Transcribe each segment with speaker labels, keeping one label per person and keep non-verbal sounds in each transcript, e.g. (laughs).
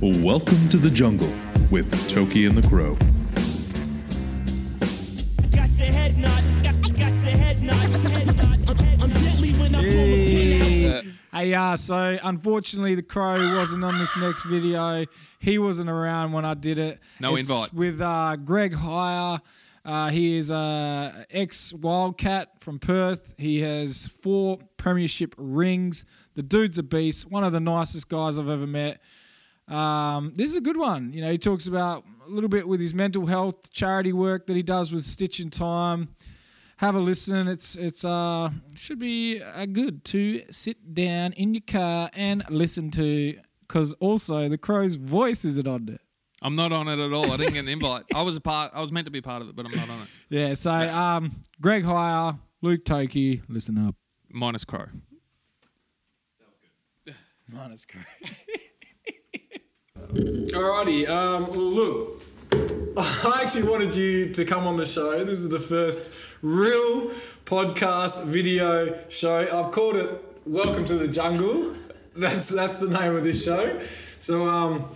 Speaker 1: Welcome to the jungle with Toki and the Crow.
Speaker 2: Got your head nod. Got, got your head nod. Head nod. I'm, I'm deadly when I'm hey.
Speaker 3: Hey, uh, so unfortunately, the crow wasn't on this next video. He wasn't around when I did it.
Speaker 4: No invite.
Speaker 3: With uh, Greg Heyer. Uh, he is uh, ex Wildcat from Perth. He has four premiership rings. The dude's a beast. One of the nicest guys I've ever met. Um, this is a good one. You know, he talks about a little bit with his mental health charity work that he does with Stitch in Time. Have a listen. It's it's uh should be uh, good to sit down in your car and listen to because also the crow's voice isn't on it.
Speaker 4: I'm not on it at all. I didn't get an invite. I was a part. I was meant to be part of it, but I'm not on it.
Speaker 3: Yeah. So um, Greg Heyer, Luke Toki, listen up.
Speaker 4: Minus Crow.
Speaker 3: Minus Greg.
Speaker 5: Alrighty, um, well, look, (laughs) I actually wanted you to come on the show. This is the first real podcast video show. I've called it "Welcome to the Jungle." (laughs) That's that's the name of this show. So, um,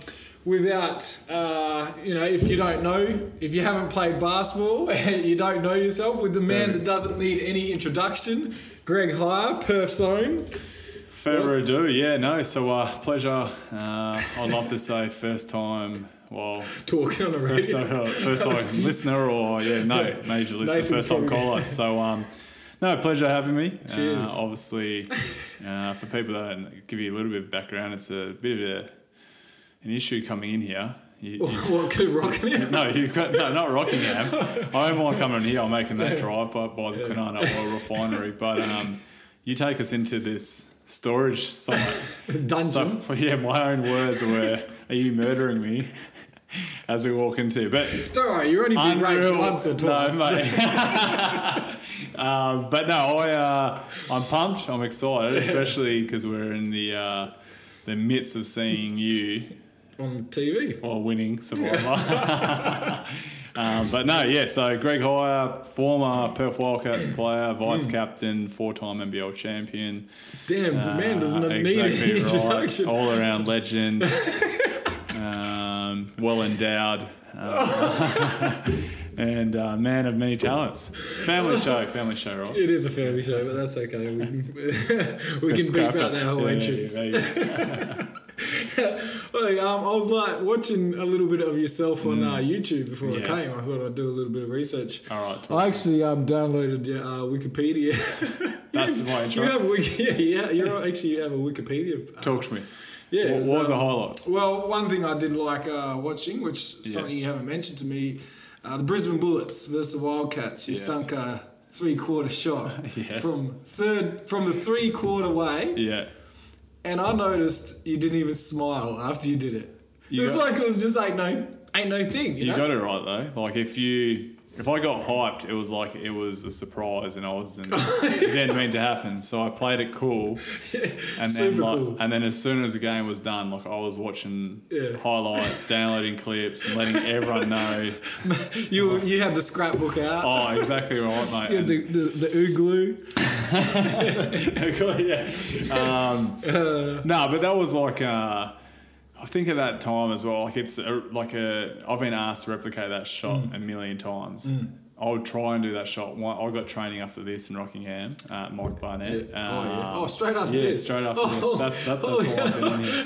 Speaker 5: without uh, you know, if you don't know, if you haven't played basketball, (laughs) you don't know yourself. With the man that doesn't need any introduction, Greg Heyer, Perth's own.
Speaker 6: Further ado, yeah, no. So, uh, pleasure. Uh, I'd love to say first time, well,
Speaker 5: talking on the
Speaker 6: first,
Speaker 5: radio.
Speaker 6: uh,
Speaker 5: (laughs)
Speaker 6: first time listener or, yeah, no, major listener,
Speaker 5: Nathan's
Speaker 6: first time
Speaker 5: probably-
Speaker 6: caller. So, um, no, pleasure having me.
Speaker 5: Cheers.
Speaker 6: Uh, obviously, uh, for people that give you a little bit of background, it's a bit of a, an issue coming in here. You- you-
Speaker 5: what could rocking it?
Speaker 6: (laughs) no, you got no, not Rockingham. I don't mind coming in here. I'm making that drive by, by the Kwinana Oil Refinery. But um, you take us into this storage site.
Speaker 5: Dungeon.
Speaker 6: So, (laughs) yeah, my own words were, "Are you murdering me?" (laughs) As we walk into,
Speaker 5: (laughs)
Speaker 6: but
Speaker 5: Don't worry, you're only been raped once or twice. (laughs)
Speaker 6: no, mate. (laughs) um, but no, I uh, I'm pumped. I'm excited, especially because we're in the uh, the midst of seeing you
Speaker 5: on TV.
Speaker 6: or winning Survivor. (laughs) um, but no, yeah, so Greg Heyer, former Perth Wildcats player,
Speaker 5: Hmm.
Speaker 6: vice captain, four time NBL champion.
Speaker 5: Damn, man doesn't
Speaker 6: Uh,
Speaker 5: need
Speaker 6: exactly
Speaker 5: any
Speaker 6: right.
Speaker 5: (laughs) introduction.
Speaker 6: All
Speaker 5: (laughs)
Speaker 6: around legend, um, well endowed. uh, (laughs) and uh, man of many talents.
Speaker 5: (laughs)
Speaker 6: Family show, family show, right?
Speaker 5: It is a family show, but that's okay. We can, (laughs) we can beep
Speaker 6: Scrap
Speaker 5: out
Speaker 6: it.
Speaker 5: their whole
Speaker 6: Yeah,
Speaker 5: entrance.
Speaker 6: there you go.
Speaker 5: Look, um, I was like watching a little bit of yourself on uh, YouTube before I
Speaker 6: Mm. Yes.
Speaker 5: came. I thought I'd do a little bit of research.
Speaker 6: All right,
Speaker 5: I actually um, downloaded yeah, uh, Wikipedia.
Speaker 6: That's my
Speaker 5: (laughs)
Speaker 6: intro.
Speaker 5: You have Wiki- yeah, yeah, you're actually you have a Wikipedia.
Speaker 6: talk to me.
Speaker 5: Yeah,
Speaker 6: What,
Speaker 5: it
Speaker 6: what
Speaker 5: was,
Speaker 6: was the
Speaker 5: um,
Speaker 6: highlights?
Speaker 5: Well, one thing I did like uh, watching, which is something you haven't mentioned to me, uh, the Brisbane Bullets versus the Wildcats. You
Speaker 6: Yes.
Speaker 5: sunk a three-quarter shot
Speaker 6: (laughs) Yes.
Speaker 5: from third from the three-quarter way,
Speaker 6: Yeah.
Speaker 5: and I noticed you didn't even smile after you did it.
Speaker 6: You
Speaker 5: it was
Speaker 6: got-
Speaker 5: like it was just ain't no ain't no thing. You,
Speaker 6: You
Speaker 5: know?
Speaker 6: got it right though. Like if you if I got hyped, it was like it was a surprise and I
Speaker 5: (laughs)
Speaker 6: was and it didn't mean to happen. So I played it cool. And then
Speaker 5: Super
Speaker 6: like,
Speaker 5: cool.
Speaker 6: and then as soon as the game was done, like I was watching
Speaker 5: Yeah.
Speaker 6: highlights, downloading clips, and letting everyone
Speaker 5: (laughs)
Speaker 6: know.
Speaker 5: You you had the scrapbook out. (laughs)
Speaker 6: Oh, Uh, exactly right, mate.
Speaker 5: You had the, the, the oogloo.
Speaker 6: (laughs) Oh, yeah.
Speaker 5: (laughs)
Speaker 6: Um, no, but that was like uh, I think at that time as well. Like it's a, like a I've been asked to replicate that shot
Speaker 5: Mm.
Speaker 6: a million times. I would try and do that shot. One, I got training after this in Rockingham, uh, Mike Barnett.
Speaker 5: Oh, yeah.
Speaker 6: Um,
Speaker 5: oh, straight after
Speaker 6: yeah,
Speaker 5: this. (laughs)
Speaker 6: straight after
Speaker 5: Oh,
Speaker 6: this. That, that, that's
Speaker 5: oh,
Speaker 6: all I've been in here.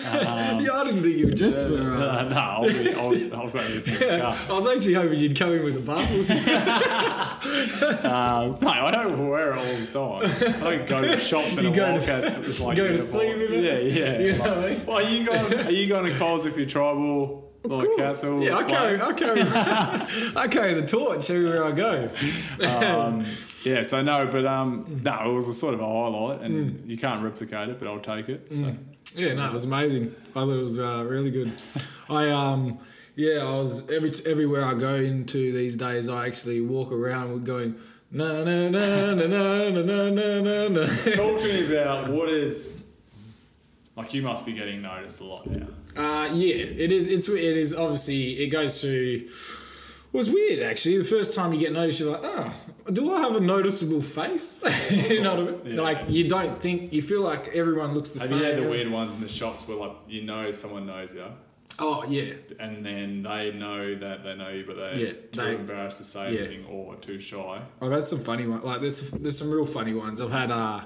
Speaker 5: (laughs)
Speaker 6: Um,
Speaker 5: yeah, I didn't think you were just for. uh,
Speaker 6: (laughs) no, no, I'll be, I'll, I've
Speaker 5: (laughs)
Speaker 6: got everything. in the car.
Speaker 5: I was actually hoping you'd come in with a
Speaker 6: (laughs)
Speaker 5: baffle.
Speaker 6: Um, (laughs) no, I don't wear it all the time. I don't go
Speaker 5: (laughs)
Speaker 6: to shops and
Speaker 5: You
Speaker 6: a
Speaker 5: go to-
Speaker 6: Wildcats.
Speaker 5: (laughs)
Speaker 6: it's like
Speaker 5: go to
Speaker 6: uniform.
Speaker 5: sleep in it.
Speaker 6: Yeah, yeah.
Speaker 5: (laughs) You know
Speaker 6: like-
Speaker 5: what I mean?
Speaker 6: well, are you going? Are you going to Coles if you're tribal? Of like Castle,
Speaker 5: yeah, I
Speaker 6: like-
Speaker 5: carry, I carry, I carry the (laughs) torch everywhere I go.
Speaker 6: Yeah, so no, but
Speaker 5: Mm.
Speaker 6: um, no, it was a sort of a highlight, and you can't replicate it, but I'll take it. So.
Speaker 5: Mm. Yeah, no, it was amazing. I thought it was uh, really good. I um, yeah, I was every everywhere I go into these days, I actually walk around with going na na na na na na na na na na. (laughs)
Speaker 6: Talk to me about what is like. You must be getting noticed a lot now.
Speaker 5: Uh, yeah, it is. It's it is obviously it goes through. It was weird actually. The first time you get noticed, you're like, oh, do I have a noticeable face? (laughs) you know what I mean?
Speaker 6: Yeah.
Speaker 5: Like you don't think you feel like everyone looks the
Speaker 6: Have
Speaker 5: same.
Speaker 6: you had the weird ones in the shops where like you know someone knows you?
Speaker 5: Oh yeah,
Speaker 6: and then they know that they know you, but they're
Speaker 5: Yeah,
Speaker 6: too
Speaker 5: they-
Speaker 6: embarrassed to say
Speaker 5: yeah.
Speaker 6: anything or too shy.
Speaker 5: I've had Oh, some funny ones. Like there's there's some real funny ones. I've had uh,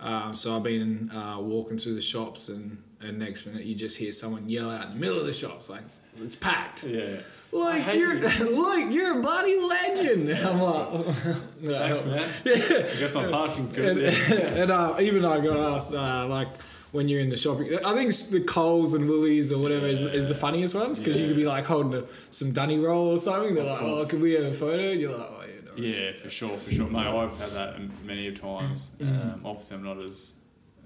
Speaker 5: um, so I've been uh, walking through the shops and and next minute you just hear someone yell out in the middle of the shops like it's, it's packed.
Speaker 6: Yeah.
Speaker 5: Like you're (laughs) like you're a bloody legend. (laughs) And I'm like, no,
Speaker 6: Thanks,
Speaker 5: help.
Speaker 6: man. (laughs) Yeah. I guess my parking's good.
Speaker 5: (laughs)
Speaker 6: Yeah.
Speaker 5: and (laughs) uh, even I got asked uh, like when you're in the shopping, I think the Coles and Woolies or whatever is, is the funniest ones because you could be like holding a, some dunny roll or something. They're like,
Speaker 6: course.
Speaker 5: oh, can we have a photo? And you're like, oh yeah. No.
Speaker 6: Yeah, for sure, for sure. Mate, I've had that m- many
Speaker 5: (clears throat)
Speaker 6: of times. Um, obviously, I'm not as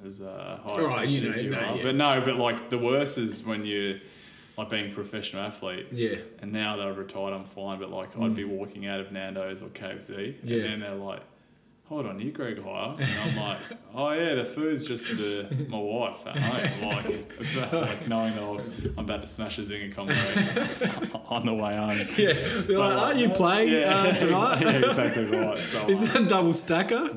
Speaker 6: as uh, high
Speaker 5: Alright,
Speaker 6: attention
Speaker 5: Mm. you
Speaker 6: as
Speaker 5: know,
Speaker 6: you
Speaker 5: no,
Speaker 6: are,
Speaker 5: yeah.
Speaker 6: but no, but like the worst is when you like being a professional athlete.
Speaker 5: Yeah. Mm.
Speaker 6: And now that I've retired, I'm fine. But like, I'd be walking out of Nando's or KFC,
Speaker 5: Yeah.
Speaker 6: and then they're like. Hold on, you Greg Hire, and I'm like, (laughs) oh yeah, the food's just for the, my wife at home. Like, (laughs) like knowing that I've- I'm about to smash a zinger combo on the way home. (laughs)
Speaker 5: (laughs) Yeah, they're like, aren't you playing uh, tonight?
Speaker 6: Yeah, exactly right. So, uh,
Speaker 5: Is that a double stacker?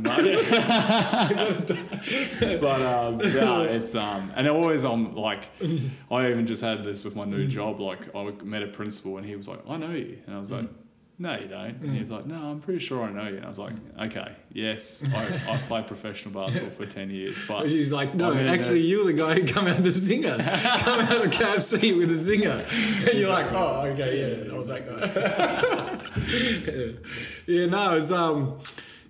Speaker 6: but
Speaker 5: (laughs)
Speaker 6: um, no, it's um, and always I'm like, I even just had this with my
Speaker 5: Mm.
Speaker 6: new job. Like, I met a principal and he was like, "I know you," and I was
Speaker 5: Mm.
Speaker 6: like. No, you don't. And he's like, no, I'm pretty sure I know you. And I was like,
Speaker 5: Mm.
Speaker 6: okay, yes, I, I played professional basketball for 10 years.
Speaker 5: (laughs)
Speaker 6: But
Speaker 5: She's like, no,
Speaker 6: I mean,
Speaker 5: actually, you're the guy who come out of the zinger, come out of KFC with a zinger, and you're like, oh, okay, yeah, I was that guy. (laughs) yeah, no, it's um,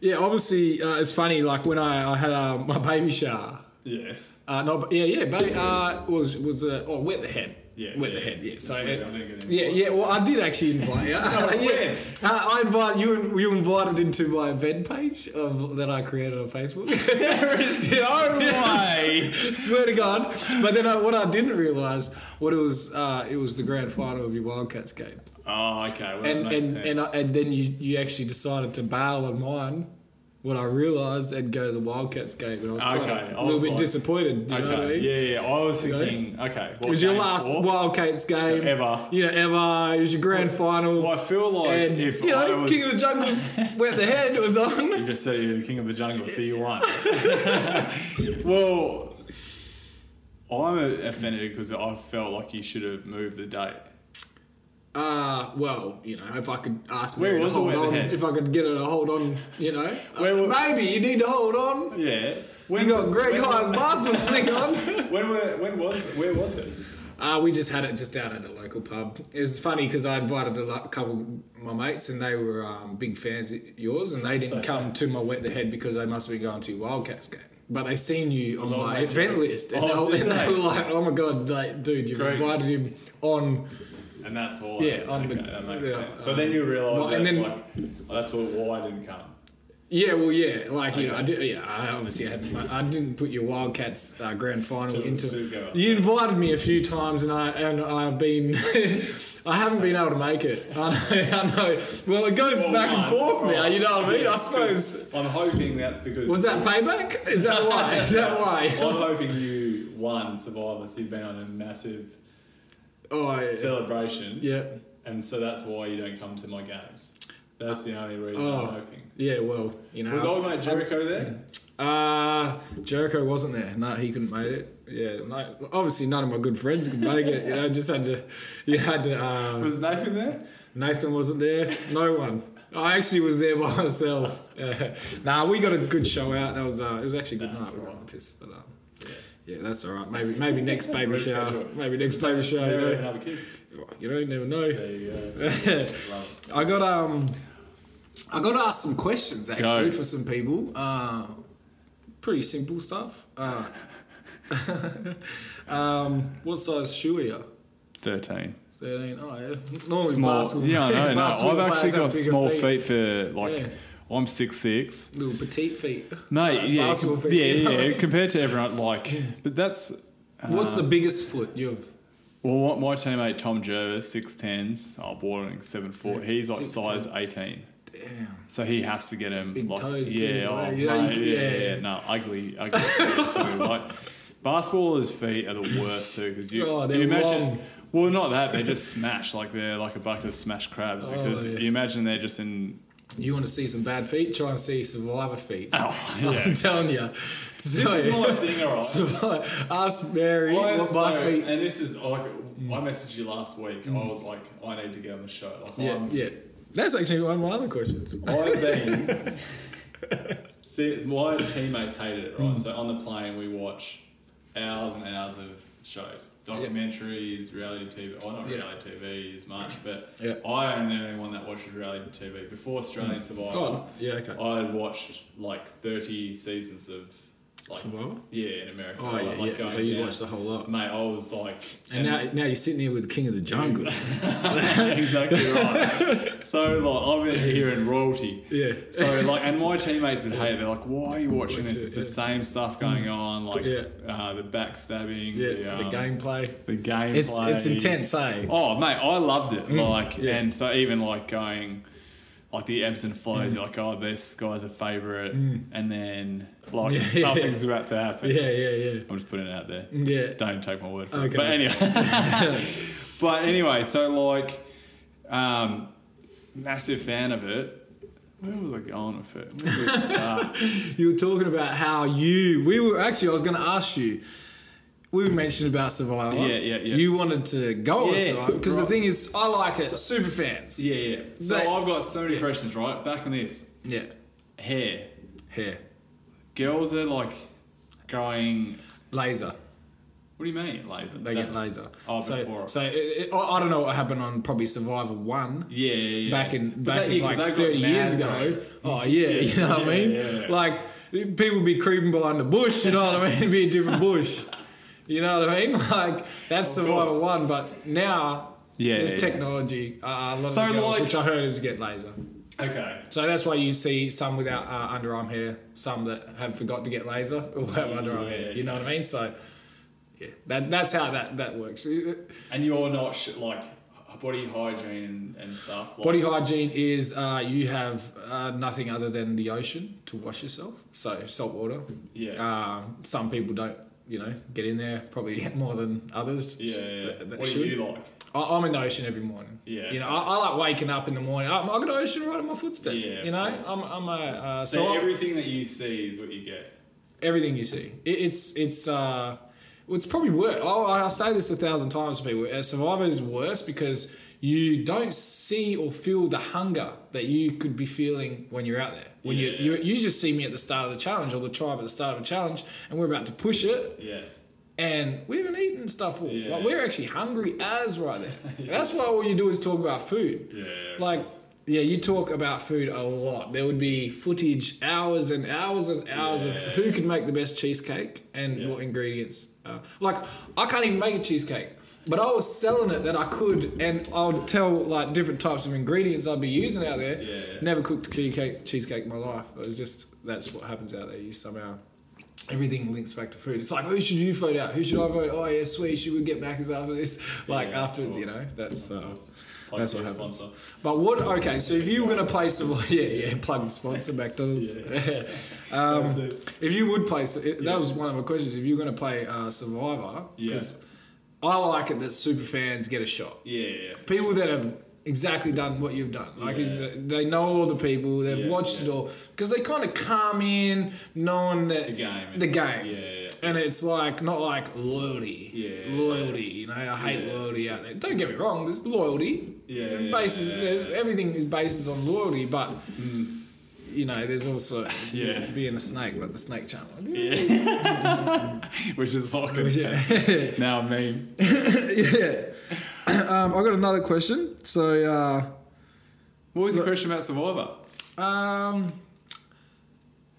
Speaker 5: yeah, obviously, uh, it's funny. Like when I, I had uh, my baby shower. (laughs)
Speaker 6: (laughs) yes.
Speaker 5: Uh, no, but yeah, yeah, baby, uh, was was uh, oh, wet the head.
Speaker 6: Yeah,
Speaker 5: wet
Speaker 6: yeah.
Speaker 5: the head. Yeah, so uh,
Speaker 6: That's weird, I didn't get
Speaker 5: yeah, yeah. Well, I did actually invite
Speaker 6: (laughs)
Speaker 5: you. (laughs) yeah, uh, I invite you. You invited into my event page of that I created on
Speaker 6: (laughs)
Speaker 5: Facebook. (laughs) no
Speaker 6: way.
Speaker 5: Swear to God. But then I, what I didn't realize what it was uh, it was the grand final of your Wildcats game,
Speaker 6: Oh, okay. Well,
Speaker 5: and
Speaker 6: that makes
Speaker 5: and
Speaker 6: sense.
Speaker 5: and, uh, I, and then you you actually decided to bail on mine. What I realised and go to the Wildcats game, and I was kind
Speaker 6: Okay,
Speaker 5: of
Speaker 6: I
Speaker 5: a little
Speaker 6: was
Speaker 5: bit
Speaker 6: like-
Speaker 5: disappointed. You know what I
Speaker 6: okay.
Speaker 5: mean?
Speaker 6: Yeah, yeah. I was thinking, okay.
Speaker 5: It was your last
Speaker 6: one?
Speaker 5: Wildcats game
Speaker 6: Ever.
Speaker 5: You know, ever. It was your grand final.
Speaker 6: Well, I feel like
Speaker 5: and
Speaker 6: if
Speaker 5: you know,
Speaker 6: I was
Speaker 5: King of the Jungle's
Speaker 6: (laughs)
Speaker 5: where the head was on.
Speaker 6: You just said you're the king of the jungle, so you
Speaker 5: (laughs)
Speaker 6: won. well, I'm offended because I felt like you should have moved the date.
Speaker 5: Uh, well, you know, if I could ask
Speaker 6: Where
Speaker 5: Mary to
Speaker 6: was it
Speaker 5: hold
Speaker 6: where the
Speaker 5: on,
Speaker 6: head?
Speaker 5: if I could get her to hold on, you know, Uh,
Speaker 6: Where wa-
Speaker 5: maybe you need to hold on.
Speaker 6: Yeah. When
Speaker 5: You got
Speaker 6: was-
Speaker 5: Greg
Speaker 6: when-
Speaker 5: High's basketball thing
Speaker 6: (laughs)
Speaker 5: on.
Speaker 6: When were, when was where was it?
Speaker 5: Uh, we just had it just out at a local pub. It's funny because I invited a lo- couple of my mates and they were um, big fans of yours and they didn't come to my wet the head because they must have been going to your Wildcats game. But they seen you on
Speaker 6: on
Speaker 5: my
Speaker 6: my
Speaker 5: event
Speaker 6: job.
Speaker 5: list and,
Speaker 6: Oh,
Speaker 5: they, were- (laughs)
Speaker 6: did
Speaker 5: and they
Speaker 6: they?
Speaker 5: were like, "Oh my god, like, dude, you've
Speaker 6: Great.
Speaker 5: invited him on."
Speaker 6: And that's all.
Speaker 5: Yeah, on
Speaker 6: okay,
Speaker 5: the-
Speaker 6: that makes
Speaker 5: yeah, um,
Speaker 6: sense. So then you realise
Speaker 5: well,
Speaker 6: that
Speaker 5: and then-
Speaker 6: like oh, that's all why I didn't come.
Speaker 5: Yeah, well, yeah, like you know, I did, yeah, I obviously hadn't, I didn't put your Wildcats uh, grand final into.
Speaker 6: to go up.
Speaker 5: you invited me a few times, and I and I've been, (laughs) I haven't been able to make it. I know, (laughs) I know. Well, it goes
Speaker 6: Well,
Speaker 5: back and
Speaker 6: no,
Speaker 5: forth
Speaker 6: well,
Speaker 5: now. You know what I mean? I
Speaker 6: 'cause
Speaker 5: suppose.
Speaker 6: I'm hoping that's because
Speaker 5: Was
Speaker 6: (laughs)
Speaker 5: that payback? Is that why? Is that
Speaker 6: I'm
Speaker 5: why?
Speaker 6: hoping you won Survivor, so you've been on a massive
Speaker 5: (laughs) Oh, yeah.
Speaker 6: celebration.
Speaker 5: yeah.
Speaker 6: And so that's why you don't come to my games. That's the only reason
Speaker 5: Oh.
Speaker 6: I'm hoping.
Speaker 5: Yeah, well, you know.
Speaker 6: Was old mate Jericho there?
Speaker 5: Uh, Jericho wasn't there. No, he couldn't make it. Yeah, no, obviously none of my good friends could make it. You know, just had to, (laughs) you had to. Um,
Speaker 6: Was Nathan there?
Speaker 5: Nathan wasn't there. No one. I actually was there by myself. (laughs) Yeah. Nah, we got a good show out. That was uh, it was actually a good
Speaker 6: That's
Speaker 5: night. We
Speaker 6: all
Speaker 5: got
Speaker 6: right.
Speaker 5: pissed, but um, yeah. that's all right. Maybe maybe next baby
Speaker 6: Rest
Speaker 5: shower.
Speaker 6: enjoy.
Speaker 5: Maybe next baby shower. You
Speaker 6: There
Speaker 5: know,
Speaker 6: another kid. uh,
Speaker 5: you know, you never know.
Speaker 6: There you go. Love it.
Speaker 5: (laughs) I got um, I got asked some questions actually
Speaker 6: Go.
Speaker 5: for some people. Uh, pretty simple stuff. Uh, (laughs) um, what size shoe are you?
Speaker 6: 13.
Speaker 5: Thirteen. Oh yeah. Normally
Speaker 6: Small.
Speaker 5: basketball. (laughs)
Speaker 6: Yeah, I know. No,
Speaker 5: basketball
Speaker 6: I've actually
Speaker 5: players have
Speaker 6: got
Speaker 5: bigger
Speaker 6: small feet for, like,
Speaker 5: Yeah.
Speaker 6: I'm six six.
Speaker 5: Little petite feet.
Speaker 6: Mate,
Speaker 5: Like
Speaker 6: yeah,
Speaker 5: basketball
Speaker 6: com-
Speaker 5: feet,
Speaker 6: yeah,
Speaker 5: you know? (laughs)
Speaker 6: yeah, Compared to everyone, like, but that's
Speaker 5: What's the biggest foot you've?
Speaker 6: well. What my teammate Tom Jervis, six tens, oh, bordering seven four. He's like
Speaker 5: Six
Speaker 6: size eighteen,
Speaker 5: Damn.
Speaker 6: so he has to get him.
Speaker 5: big
Speaker 6: like,
Speaker 5: toes too,
Speaker 6: yeah,
Speaker 5: bro.
Speaker 6: oh,
Speaker 5: You know, you
Speaker 6: mate,
Speaker 5: can-
Speaker 6: yeah,
Speaker 5: yeah.
Speaker 6: yeah, no, ugly, ugly. (laughs) feet too. Like basketballers' feet are the worst too because you,
Speaker 5: Oh, they're
Speaker 6: you imagine.
Speaker 5: long.
Speaker 6: Well, not that they're just smashed like they're like a bucket of smashed crabs because
Speaker 5: Oh, yeah.
Speaker 6: you imagine they're just in.
Speaker 5: You want to see some bad feet? Try and see survivor feet. (laughs)
Speaker 6: Oh, (laughs) yeah,
Speaker 5: I'm telling you, So,
Speaker 6: This is my
Speaker 5: (laughs)
Speaker 6: thing, alright.
Speaker 5: so, ask Mary
Speaker 6: I
Speaker 5: what Mm.
Speaker 6: so,
Speaker 5: must be.
Speaker 6: and this is like I messaged you last week. I was like, I need to get on the show. Like,
Speaker 5: Mm. Yeah,
Speaker 6: I'm,
Speaker 5: yeah. That's actually one of my other questions.
Speaker 6: I've been. (laughs) see, my teammates hated it,
Speaker 5: Hmm.
Speaker 6: right? So on the plane, we watch hours and hours of shows, documentaries, reality TV. Oh, not
Speaker 5: Yeah.
Speaker 6: reality TV as much, but
Speaker 5: Yeah.
Speaker 6: I am the only one that watches reality TV. Before Australian Survivor,
Speaker 5: Oh, yeah, okay.
Speaker 6: I had watched like thirty seasons of. Like,
Speaker 5: Survivor?
Speaker 6: Yeah, in America.
Speaker 5: Oh,
Speaker 6: right?
Speaker 5: yeah,
Speaker 6: like
Speaker 5: yeah.
Speaker 6: Going
Speaker 5: So you
Speaker 6: down.
Speaker 5: watched the whole lot.
Speaker 6: Mate, I was like,
Speaker 5: And now, now you're sitting here with King of the
Speaker 6: (laughs)
Speaker 5: Jungle.
Speaker 6: exactly right. So like I'm in here in royalty.
Speaker 5: Yeah.
Speaker 6: So like, and my teammates would hate. it. They're like, "Why are you watching this? It's the same stuff going on. Like
Speaker 5: Mm. Yeah.
Speaker 6: uh, the backstabbing.
Speaker 5: Yeah,
Speaker 6: the, um,
Speaker 5: the gameplay.
Speaker 6: The game.
Speaker 5: It's it's intense, eh?
Speaker 6: Oh mate, I loved it. like,
Speaker 5: yeah.
Speaker 6: and so even like going, like the ebbs and flows.
Speaker 5: Mm.
Speaker 6: You're like, oh, this guy's a favorite, and then
Speaker 5: (laughs)
Speaker 6: like
Speaker 5: Yeah.
Speaker 6: something's about to happen.
Speaker 5: Yeah, Mm. yeah, yeah.
Speaker 6: I'm just putting it out there.
Speaker 5: Yeah.
Speaker 6: Don't take my word for
Speaker 5: Okay.
Speaker 6: it. But anyway.
Speaker 5: (laughs)
Speaker 6: but anyway, so like, um, massive fan of it. Where was I going with it? Where
Speaker 5: (laughs)
Speaker 6: did we start?
Speaker 5: You were talking about how you. We were actually. I was going to ask you. We mentioned about Survivor.
Speaker 6: Yeah, yeah, yeah.
Speaker 5: You wanted to go on
Speaker 6: Yeah,
Speaker 5: Survivor because
Speaker 6: right.
Speaker 5: the thing is, I like it. Super fans.
Speaker 6: yeah, yeah. So
Speaker 5: Mate.
Speaker 6: I've got so many questions, right? Back on this
Speaker 5: Yeah.
Speaker 6: hair.
Speaker 5: Hair.
Speaker 6: Girls are like going.
Speaker 5: Laser.
Speaker 6: What do you mean, laser?
Speaker 5: They
Speaker 6: That's-
Speaker 5: get laser.
Speaker 6: Oh,
Speaker 5: so
Speaker 6: before.
Speaker 5: so it, it, I I don't know what happened on probably Survivor One.
Speaker 6: Yeah, yeah, yeah.
Speaker 5: back in
Speaker 6: But
Speaker 5: back
Speaker 6: that-
Speaker 5: in
Speaker 6: yeah,
Speaker 5: like
Speaker 6: 'cause they've got
Speaker 5: thirty years
Speaker 6: mad
Speaker 5: ago.
Speaker 6: growth.
Speaker 5: Oh yeah, you know what I
Speaker 6: Yeah,
Speaker 5: mean.
Speaker 6: yeah.
Speaker 5: Like people be creeping behind the bush. You know what I mean? It'd be a different bush. You know what I mean? (laughs) Like that's
Speaker 6: Of
Speaker 5: Survivor
Speaker 6: course.
Speaker 5: One, but now
Speaker 6: Yeah,
Speaker 5: there's
Speaker 6: yeah, yeah.
Speaker 5: technology. Uh, a lot
Speaker 6: So,
Speaker 5: of the girls,
Speaker 6: like-
Speaker 5: which I heard is get laser.
Speaker 6: Okay.
Speaker 5: So that's why you see some without uh, underarm hair, some that have forgot to get laser or have underarm hair. You know what I mean? So yeah, that, that's how that that works. Uh,
Speaker 6: And you're not sh- like body hygiene and, and stuff. Like,
Speaker 5: Body hygiene is uh, you have uh, nothing other than the ocean to wash yourself. So salt water.
Speaker 6: Yeah.
Speaker 5: Um, some people don't, you know, get in there probably (laughs) more than others.
Speaker 6: Yeah, yeah.
Speaker 5: That, that
Speaker 6: what
Speaker 5: should.
Speaker 6: do you like?
Speaker 5: I, I'm in the ocean every morning.
Speaker 6: Yeah.
Speaker 5: You know, I, I like waking up in the morning. I'm, I got the ocean right on my footstep.
Speaker 6: Yeah,
Speaker 5: You know,
Speaker 6: of course.
Speaker 5: I'm, I'm a uh, so,
Speaker 6: So
Speaker 5: I-
Speaker 6: everything that you see is what you get.
Speaker 5: everything you see. It, it's it's uh, well, it's probably worse. Oh, I I say this a thousand times to people. Uh, Survivor is worse because you don't see or feel the hunger that you could be feeling when you're out there. When you,
Speaker 6: Yeah.
Speaker 5: you you just see me at the start of the challenge or the tribe at the start of a challenge, and we're about to push it
Speaker 6: Yeah.
Speaker 5: and we haven't eaten stuff all.
Speaker 6: Yeah.
Speaker 5: Like, we're actually hungry as right
Speaker 6: (laughs)
Speaker 5: there. That's why all you do is talk about food.
Speaker 6: Yeah, yeah, of
Speaker 5: like,
Speaker 6: course.
Speaker 5: yeah, you talk about food a lot. There would be footage, hours and hours and hours of
Speaker 6: Yeah.
Speaker 5: who could make the best cheesecake and
Speaker 6: Yeah.
Speaker 5: what ingredients. Uh, like, I can't even make a cheesecake. But I was selling it that I could, and I would tell like different types of ingredients I'd be using out there.
Speaker 6: Yeah.
Speaker 5: Never cooked a cheesecake, cheesecake in my life. It was just that's what happens out there. You somehow everything links back to food. It's like, who should you vote out? Who should I vote? Oh yeah, sweet. Should we get Macca's after
Speaker 6: (laughs)
Speaker 5: this? Like
Speaker 6: Yeah, of
Speaker 5: afterwards, you
Speaker 6: course.
Speaker 5: know. That's
Speaker 6: Of
Speaker 5: uh,
Speaker 6: course. Plug
Speaker 5: that's
Speaker 6: to
Speaker 5: what
Speaker 6: your
Speaker 5: happens.
Speaker 6: sponsor.
Speaker 5: But what? Okay, so if you were gonna play some, yeah, (laughs) yeah, plug and sponsor McDonald's. (laughs) um,
Speaker 6: That's it.
Speaker 5: if you would play, it- that was one of my questions. If you were gonna play uh, Survivor,
Speaker 6: Yeah.
Speaker 5: I like it that super fans get a shot
Speaker 6: Yeah, yeah.
Speaker 5: people that have exactly done what you've done. Like, is the, they know all the people, they've
Speaker 6: Yeah,
Speaker 5: watched it
Speaker 6: yeah.
Speaker 5: all, because they kind of come in knowing that
Speaker 6: The game is-
Speaker 5: the game,
Speaker 6: Yeah, yeah, yeah.
Speaker 5: and it's like not like loyalty,
Speaker 6: Yeah.
Speaker 5: loyalty. You know, I hate
Speaker 6: Yeah,
Speaker 5: loyalty out there. Don't get me wrong, there's loyalty.
Speaker 6: Yeah,
Speaker 5: It
Speaker 6: yeah,
Speaker 5: bases
Speaker 6: yeah, yeah. Hmm.
Speaker 5: everything is bases on loyalty, but. You know, there's also
Speaker 6: (laughs) Yeah.
Speaker 5: being a snake, like the snake charmer.
Speaker 6: (laughs) Which is like
Speaker 5: Yeah.
Speaker 6: (laughs) now I mean.
Speaker 5: yeah.
Speaker 6: (laughs)
Speaker 5: (laughs) um, I got another question. So, uh,
Speaker 6: What was your question about Survivor?
Speaker 5: Um.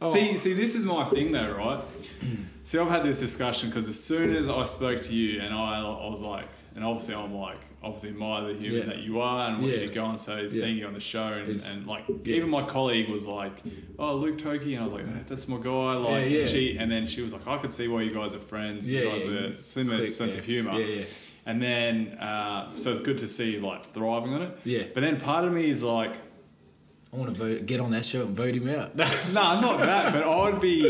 Speaker 5: Oh.
Speaker 6: See, see, this is my thing though, right? (clears throat) see, I've had this discussion because as soon as I spoke to you, and I, I was like, and obviously I'm like, obviously admire the human
Speaker 5: Yeah.
Speaker 6: that you are and where
Speaker 5: Yeah.
Speaker 6: you're going. So seeing you on the show, and,
Speaker 5: It's-
Speaker 6: and like
Speaker 5: yeah.
Speaker 6: even my colleague was like, "Oh, Luke Toki," and I was like, "Eh, "That's my guy." Like
Speaker 5: yeah.
Speaker 6: she, and then she was like, "I could see why you guys are friends.
Speaker 5: Yeah,
Speaker 6: you guys
Speaker 5: yeah, you
Speaker 6: are similar
Speaker 5: click,
Speaker 6: sense
Speaker 5: yeah.
Speaker 6: of humor."
Speaker 5: Yeah, yeah.
Speaker 6: And then, uh, so it's good to see you like thriving on it.
Speaker 5: Yeah.
Speaker 6: But then part of me is like,
Speaker 5: I want to vote. Get on that show and vote him out.
Speaker 6: no, not that, but I would be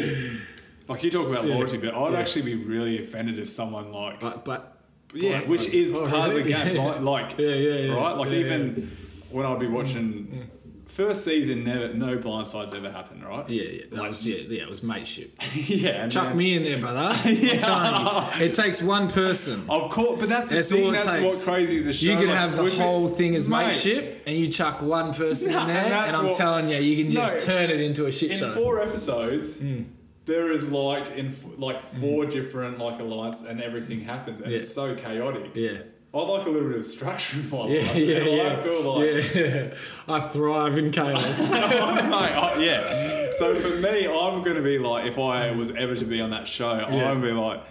Speaker 6: like you talk about
Speaker 5: Yeah.
Speaker 6: loyalty, but I'd
Speaker 5: Yeah.
Speaker 6: actually be really offended if someone
Speaker 5: (laughs)
Speaker 6: like
Speaker 5: but but
Speaker 6: yeah,
Speaker 5: blindsided.
Speaker 6: which is
Speaker 5: Oh,
Speaker 6: part of the
Speaker 5: really?
Speaker 6: game,
Speaker 5: Yeah.
Speaker 6: like, like
Speaker 5: Yeah, yeah, yeah.
Speaker 6: right, like
Speaker 5: Yeah,
Speaker 6: even when I'd be watching First season, never, no blindsides ever happened, right?
Speaker 5: Yeah, yeah, that was yeah, yeah, it was mateship.
Speaker 6: (laughs) yeah. and
Speaker 5: Chuck
Speaker 6: then-
Speaker 5: me in there,
Speaker 6: (laughs)
Speaker 5: brother. I'm telling you, it takes one person.
Speaker 6: Of course, but that's the
Speaker 5: That's all
Speaker 6: thing.
Speaker 5: it
Speaker 6: That's
Speaker 5: takes.
Speaker 6: what crazy is. The show.
Speaker 5: You could
Speaker 6: like,
Speaker 5: have the
Speaker 6: with it-
Speaker 5: whole thing as
Speaker 6: Mate,
Speaker 5: mateship, and you chuck one person
Speaker 6: No,
Speaker 5: in there,
Speaker 6: (laughs) and
Speaker 5: and,
Speaker 6: that's
Speaker 5: I'm
Speaker 6: what-
Speaker 5: telling you, you can
Speaker 6: No.
Speaker 5: just turn it into a shit
Speaker 6: In
Speaker 5: show.
Speaker 6: four episodes,
Speaker 5: Hmm.
Speaker 6: there is like in f- like four different like alliance, and everything happens, and
Speaker 5: Yeah.
Speaker 6: it's so chaotic.
Speaker 5: yeah.
Speaker 6: I like a little bit of structure in my
Speaker 5: Yeah,
Speaker 6: life.
Speaker 5: yeah,
Speaker 6: I
Speaker 5: yeah.
Speaker 6: feel like
Speaker 5: yeah. I thrive in
Speaker 6: (laughs)
Speaker 5: chaos.
Speaker 6: Mate, (laughs) I- yeah. So for me, I'm going to be like, if I was ever to be on that show, I'd be like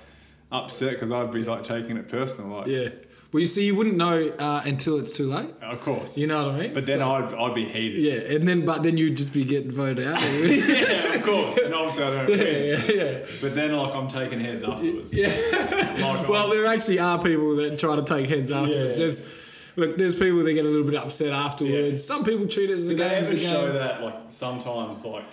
Speaker 6: upset because I'd be like taking it personal. Like,
Speaker 5: yeah. Well, you see, you wouldn't know uh, until it's too late.
Speaker 6: of course.
Speaker 5: You know what I mean?
Speaker 6: but then
Speaker 5: So-
Speaker 6: I'd, I'd be heated.
Speaker 5: yeah, and then but then you'd just be getting voted
Speaker 6: (laughs)
Speaker 5: out. (laughs)
Speaker 6: Yeah, of course. And obviously I don't. care.
Speaker 5: yeah, yeah.
Speaker 6: But then like I'm taking heads afterwards.
Speaker 5: (laughs)
Speaker 6: Yeah. Like,
Speaker 5: Well,
Speaker 6: I'm-
Speaker 5: there actually are people that try to take heads afterwards.
Speaker 6: Yeah.
Speaker 5: There's look, there's people that get a little bit upset afterwards.
Speaker 6: Yeah.
Speaker 5: Some people treat it as the
Speaker 6: did they
Speaker 5: game's
Speaker 6: ever
Speaker 5: a game.
Speaker 6: show that like sometimes like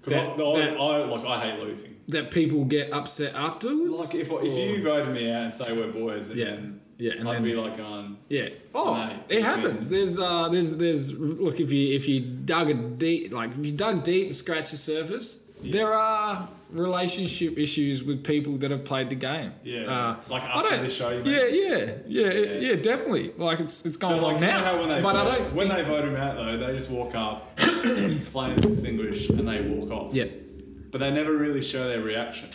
Speaker 6: because I,
Speaker 5: That-
Speaker 6: I,
Speaker 5: that-
Speaker 6: I like I hate losing.
Speaker 5: that people get upset afterwards.
Speaker 6: Like if, if you voted me out and say we're boys, and
Speaker 5: Yeah.
Speaker 6: then
Speaker 5: Yeah, and
Speaker 6: I'd
Speaker 5: then-
Speaker 6: be like, um, going,
Speaker 5: yeah, oh,
Speaker 6: Mate,
Speaker 5: it
Speaker 6: it's
Speaker 5: happens.
Speaker 6: been-
Speaker 5: There's uh, there's there's look if you if you dug a deep like if you dug deep and scratched the surface, there are relationship issues with people that have played the game.
Speaker 6: Yeah.
Speaker 5: uh,
Speaker 6: Like
Speaker 5: I
Speaker 6: after
Speaker 5: don't-
Speaker 6: the show, you
Speaker 5: Yeah,
Speaker 6: mean?
Speaker 5: yeah, yeah, yeah, yeah, definitely. Like it's it's
Speaker 6: But
Speaker 5: going
Speaker 6: like
Speaker 5: on
Speaker 6: you know
Speaker 5: now,
Speaker 6: how when they
Speaker 5: but
Speaker 6: vote,
Speaker 5: I don't.
Speaker 6: when they vote him out though, they just walk up,
Speaker 5: (coughs)
Speaker 6: flame extinguish, and they walk off.
Speaker 5: yeah.
Speaker 6: But they never really show their reaction.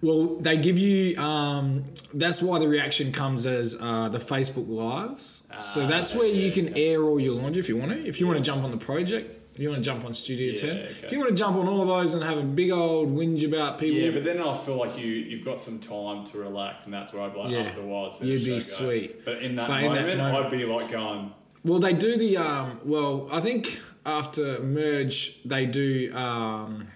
Speaker 5: Well, they give you. Um, that's why the reaction comes as uh, the Facebook lives.
Speaker 6: Ah,
Speaker 5: so that's where you can air all your laundry if you want to. If you want to jump on the project, if you want to jump on Studio
Speaker 6: Yeah,
Speaker 5: Ten, if
Speaker 6: okay.
Speaker 5: you want to jump on all those and have a big old whinge about people,
Speaker 6: Yeah, but then I feel like you you've got some time to relax, and that's where I'd like
Speaker 5: Yeah.
Speaker 6: after a while. see
Speaker 5: You'd be
Speaker 6: the show go.
Speaker 5: sweet.
Speaker 6: But in that
Speaker 5: But in that
Speaker 6: moment,
Speaker 5: moment-
Speaker 6: I'd be like um, going.
Speaker 5: Well, they do the um. Well, I think after merge they do um.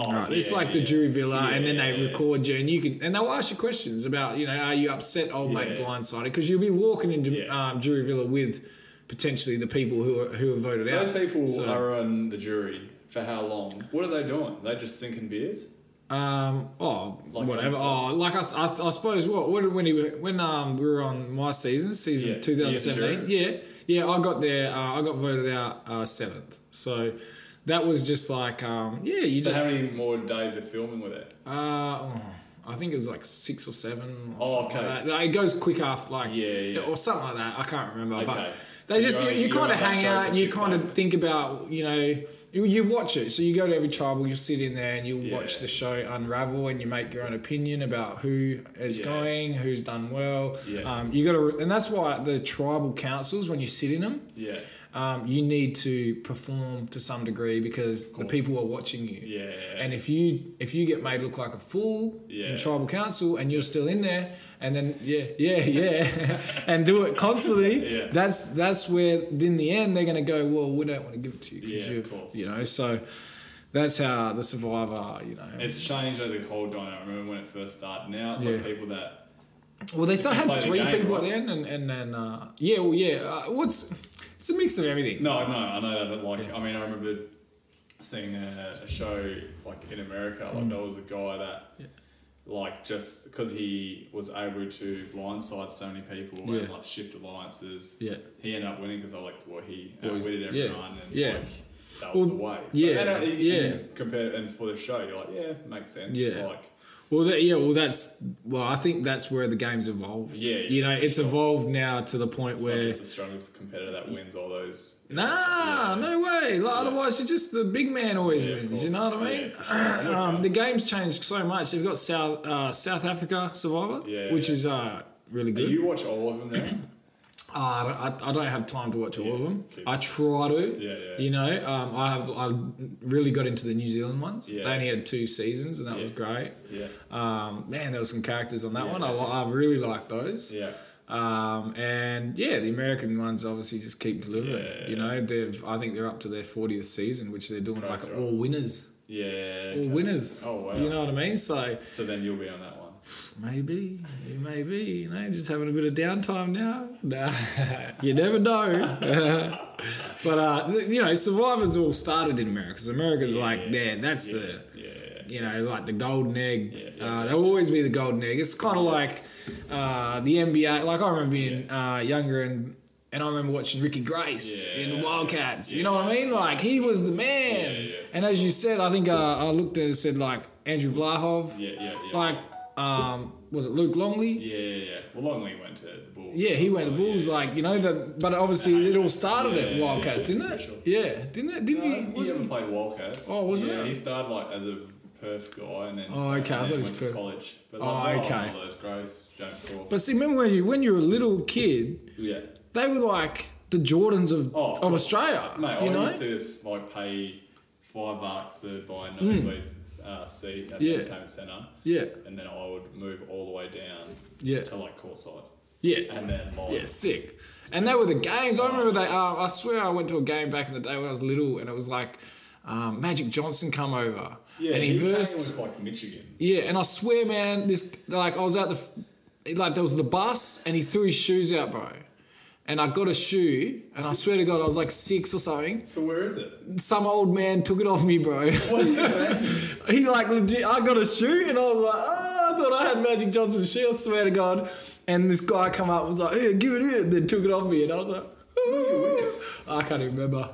Speaker 6: Oh,
Speaker 5: right, it's
Speaker 6: yeah,
Speaker 5: like the
Speaker 6: yeah.
Speaker 5: jury villa, and then
Speaker 6: Yeah,
Speaker 5: they
Speaker 6: yeah.
Speaker 5: record you, and you can, and they'll ask you questions about, you know, are you upset, old mate,
Speaker 6: Yeah.
Speaker 5: blindsided? Because you'll be walking into
Speaker 6: Yeah.
Speaker 5: um, jury villa with potentially the people who are, who are voted out.
Speaker 6: Those people
Speaker 5: So,
Speaker 6: are on the jury for how long? What are they doing? They just sinking beers.
Speaker 5: um, oh,
Speaker 6: uh, Like
Speaker 5: whatever.
Speaker 6: Leinster.
Speaker 5: Oh, like I, I, I suppose what when when, he, when um we were on my season, season
Speaker 6: Yeah,
Speaker 5: 2017, yeah, yeah, I got there, uh, I got voted out uh, seventh, so. That was just like, um, yeah, you
Speaker 6: So
Speaker 5: just.
Speaker 6: how many more days of filming were there?
Speaker 5: Uh, oh, I think it was like six or seven. Or
Speaker 6: Oh,
Speaker 5: something
Speaker 6: okay.
Speaker 5: like that. Like, it goes quick after, like,
Speaker 6: Yeah, yeah.
Speaker 5: or something like that. I can't remember.
Speaker 6: Okay.
Speaker 5: But they
Speaker 6: So
Speaker 5: just,
Speaker 6: you're
Speaker 5: you,
Speaker 6: on-
Speaker 5: you
Speaker 6: you're
Speaker 5: kind of
Speaker 6: on that
Speaker 5: hang
Speaker 6: show for
Speaker 5: out and you
Speaker 6: six
Speaker 5: kind of
Speaker 6: days.
Speaker 5: think about, you know, you, you watch it. So you go to every tribal, you sit in there and you'll watch
Speaker 6: Yeah.
Speaker 5: the show unravel and you make your own opinion about who is
Speaker 6: Yeah.
Speaker 5: going, who's done well.
Speaker 6: Yeah.
Speaker 5: Um, you got to, and that's why the tribal councils, when you sit in them,
Speaker 6: Yeah,
Speaker 5: um, you need to perform to some degree because the people are watching you.
Speaker 6: Yeah.
Speaker 5: And if you if you get made look like a fool in
Speaker 6: Yeah.
Speaker 5: tribal council and you're still in there, and then yeah, yeah, (laughs) yeah, and do it constantly,
Speaker 6: (laughs) Yeah.
Speaker 5: that's that's where in the end they're gonna go. Well, we don't want to give it to you because
Speaker 6: Yeah,
Speaker 5: you
Speaker 6: of course.
Speaker 5: you know so. That's how the survivor, you know.
Speaker 6: it's changed over the whole dynamic. I remember when it first started. Now it's
Speaker 5: Yeah.
Speaker 6: like people that
Speaker 5: Well, they still
Speaker 6: you
Speaker 5: had
Speaker 6: play the
Speaker 5: three
Speaker 6: game,
Speaker 5: people
Speaker 6: right?
Speaker 5: at the end, and and then uh, yeah, well, yeah. Uh, what's it's a mix of everything.
Speaker 6: No, no, I know that, but like, I mean, I remember seeing a, a show like in America. Like,
Speaker 5: Mm.
Speaker 6: there was a guy that, like, just because he was able to blindside so many people and
Speaker 5: Yeah.
Speaker 6: like shift alliances,
Speaker 5: Yeah.
Speaker 6: he ended up winning because I like, well, he
Speaker 5: Well, he's-
Speaker 6: outwitted
Speaker 5: yeah,
Speaker 6: everyone, and
Speaker 5: yeah.
Speaker 6: like, that
Speaker 5: Well,
Speaker 6: was the way. So,
Speaker 5: yeah,
Speaker 6: and, uh, you-
Speaker 5: yeah.
Speaker 6: you Compare and for the show, you're like, yeah, makes sense.
Speaker 5: Yeah.
Speaker 6: Like,
Speaker 5: Well, that, yeah, well, that's well, I think that's where the game's evolved.
Speaker 6: Yeah,
Speaker 5: you know,
Speaker 6: for
Speaker 5: it's evolved now to the point
Speaker 6: it's
Speaker 5: where
Speaker 6: not just the strongest competitor that wins all those.
Speaker 5: nah,
Speaker 6: Yeah.
Speaker 5: no way. Like, Otherwise, it's just the big man always
Speaker 6: Yeah, of
Speaker 5: wins. You
Speaker 6: course.
Speaker 5: know what I mean?
Speaker 6: Yeah, for
Speaker 5: (clears throat)
Speaker 6: sure. I'm with
Speaker 5: um,
Speaker 6: you.
Speaker 5: the game's changed so much. They've got South uh, South Africa Survivor,
Speaker 6: Yeah,
Speaker 5: which
Speaker 6: yeah.
Speaker 5: is uh, really
Speaker 6: Do
Speaker 5: good.
Speaker 6: you watch all of them now?
Speaker 5: (coughs) Uh, I, don't- I don't have time to watch all of them.
Speaker 6: keeps-
Speaker 5: I try to.
Speaker 6: Yeah, yeah.
Speaker 5: You know, um, I have. I really got into the New Zealand ones.
Speaker 6: Yeah.
Speaker 5: They only had two seasons, and that was great.
Speaker 6: yeah,
Speaker 5: Um, man, there were some characters on that
Speaker 6: Yeah.
Speaker 5: one. I, li- I really like those.
Speaker 6: yeah.
Speaker 5: Um, and yeah, the American ones obviously just keep delivering.
Speaker 6: Yeah.
Speaker 5: You know, they've I think they're up to their fortieth season, which they're doing like
Speaker 6: crazy, right?
Speaker 5: all winners,
Speaker 6: Yeah.
Speaker 5: all
Speaker 6: okay.
Speaker 5: winners.
Speaker 6: Oh, wow.
Speaker 5: You know what I mean? So
Speaker 6: So then you'll be on that one.
Speaker 5: maybe, maybe you know, just having a bit of downtime now. (laughs) Nah, you never know. (laughs) but uh, th- you know, Survivors all started in America. 'cause America's like, there, that's the
Speaker 6: Yeah.
Speaker 5: you know, like the golden egg.
Speaker 6: Yeah,
Speaker 5: Uh,
Speaker 6: yeah.
Speaker 5: they'll always be the golden egg. It's kind of like uh, the NBA. Like I remember being uh, younger and And I remember watching Ricky Grace in the Wildcats. You know what I mean? Like he was the man. And as you said, I think uh, I looked and said like Andrew Vlahov.
Speaker 6: Yeah, yeah, yeah.
Speaker 5: Like um, was it Luke Longley?
Speaker 6: Yeah, yeah, yeah. Well, Longley went to the Bulls.
Speaker 5: Yeah, he went to the Bulls, like you know that. But obviously, it all started at
Speaker 6: Yeah,
Speaker 5: Wildcats,
Speaker 6: yeah,
Speaker 5: didn't
Speaker 6: for
Speaker 5: it?
Speaker 6: sure.
Speaker 5: Yeah, didn't it?
Speaker 6: No,
Speaker 5: Didn't
Speaker 6: he
Speaker 5: he?
Speaker 6: he
Speaker 5: Wasn't
Speaker 6: hasn't played Wildcats.
Speaker 5: Oh, wasn't
Speaker 6: yeah,
Speaker 5: it?
Speaker 6: He started like as a Perth guy and then.
Speaker 5: Oh, okay, I
Speaker 6: and
Speaker 5: thought
Speaker 6: then
Speaker 5: he was
Speaker 6: went to
Speaker 5: Perth.
Speaker 6: college. But
Speaker 5: Oh,
Speaker 6: like,
Speaker 5: okay.
Speaker 6: all Those Grace, James Crawford.
Speaker 5: but see, remember when you when you were a little kid,
Speaker 6: yeah,
Speaker 5: they were like the Jordans of
Speaker 6: Oh, of
Speaker 5: of,
Speaker 6: course.
Speaker 5: Australia.
Speaker 6: mate,
Speaker 5: you
Speaker 6: I
Speaker 5: know?
Speaker 6: used to s- like pay five bucks to buy a nosebleed uh, seat at
Speaker 5: Hmm. Yeah.
Speaker 6: the entertainment centre.
Speaker 5: Yeah.
Speaker 6: And then I would move all the way down.
Speaker 5: Yeah.
Speaker 6: To like courtside.
Speaker 5: Yeah.
Speaker 6: And then like.
Speaker 5: Yeah, sick. And they were the games. I remember they. Uh, I swear, I went to a game back in the day when I was little, and it was like um, Magic Johnson come over,
Speaker 6: Yeah,
Speaker 5: and
Speaker 6: he,
Speaker 5: he
Speaker 6: came
Speaker 5: versed.
Speaker 6: with like Michigan.
Speaker 5: Yeah, and I swear, man, this like I was at the f- like there was the bus, and he threw his shoes out, bro. And I got a shoe, and I swear to God, I was like six or something.
Speaker 6: So where is
Speaker 5: (laughs)
Speaker 6: it?
Speaker 5: Some old man took it off me, bro. (laughs) he like legit. I got a shoe, and I was like, oh, I thought I had Magic Johnson's shoe. I swear to God. And this guy come up and was like, hey, give it here. And then took it off me, and I was like, "Ah." I can't even remember.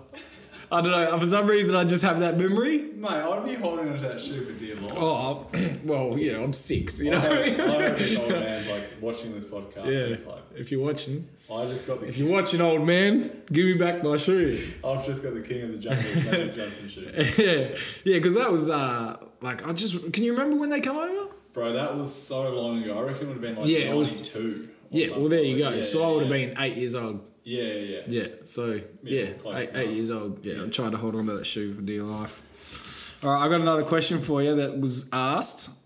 Speaker 5: I don't know. For some reason, I just have that memory.
Speaker 6: Mate, I'd be holding onto that shoe for dear life.
Speaker 5: Oh, (clears throat) well, you know, I'm six. You know. (laughs)
Speaker 6: I hope this old man's like watching this podcast. and He's
Speaker 5: Yeah.
Speaker 6: like,
Speaker 5: If you're watching,
Speaker 6: I just got the
Speaker 5: if you're watching, old man, give me back my shoe.
Speaker 6: I've just got the king of the jungle, Magic Johnson shoe.
Speaker 5: (laughs) yeah, yeah, because that was uh, like I just can you remember when they come over?
Speaker 6: Bro, that was so long ago. I reckon it would have been like
Speaker 5: Yeah, it was-
Speaker 6: 92. or
Speaker 5: Yeah, well
Speaker 6: something.
Speaker 5: there you go.
Speaker 6: Yeah,
Speaker 5: so
Speaker 6: yeah,
Speaker 5: I would have
Speaker 6: yeah.
Speaker 5: been eight years old.
Speaker 6: Yeah, yeah, yeah.
Speaker 5: Yeah, so yeah,
Speaker 6: Yeah,
Speaker 5: eight,
Speaker 6: close
Speaker 5: eight
Speaker 6: enough.
Speaker 5: years old. Yeah, I tried to hold on to that shoe for dear life. All right, I got another question for you that was asked.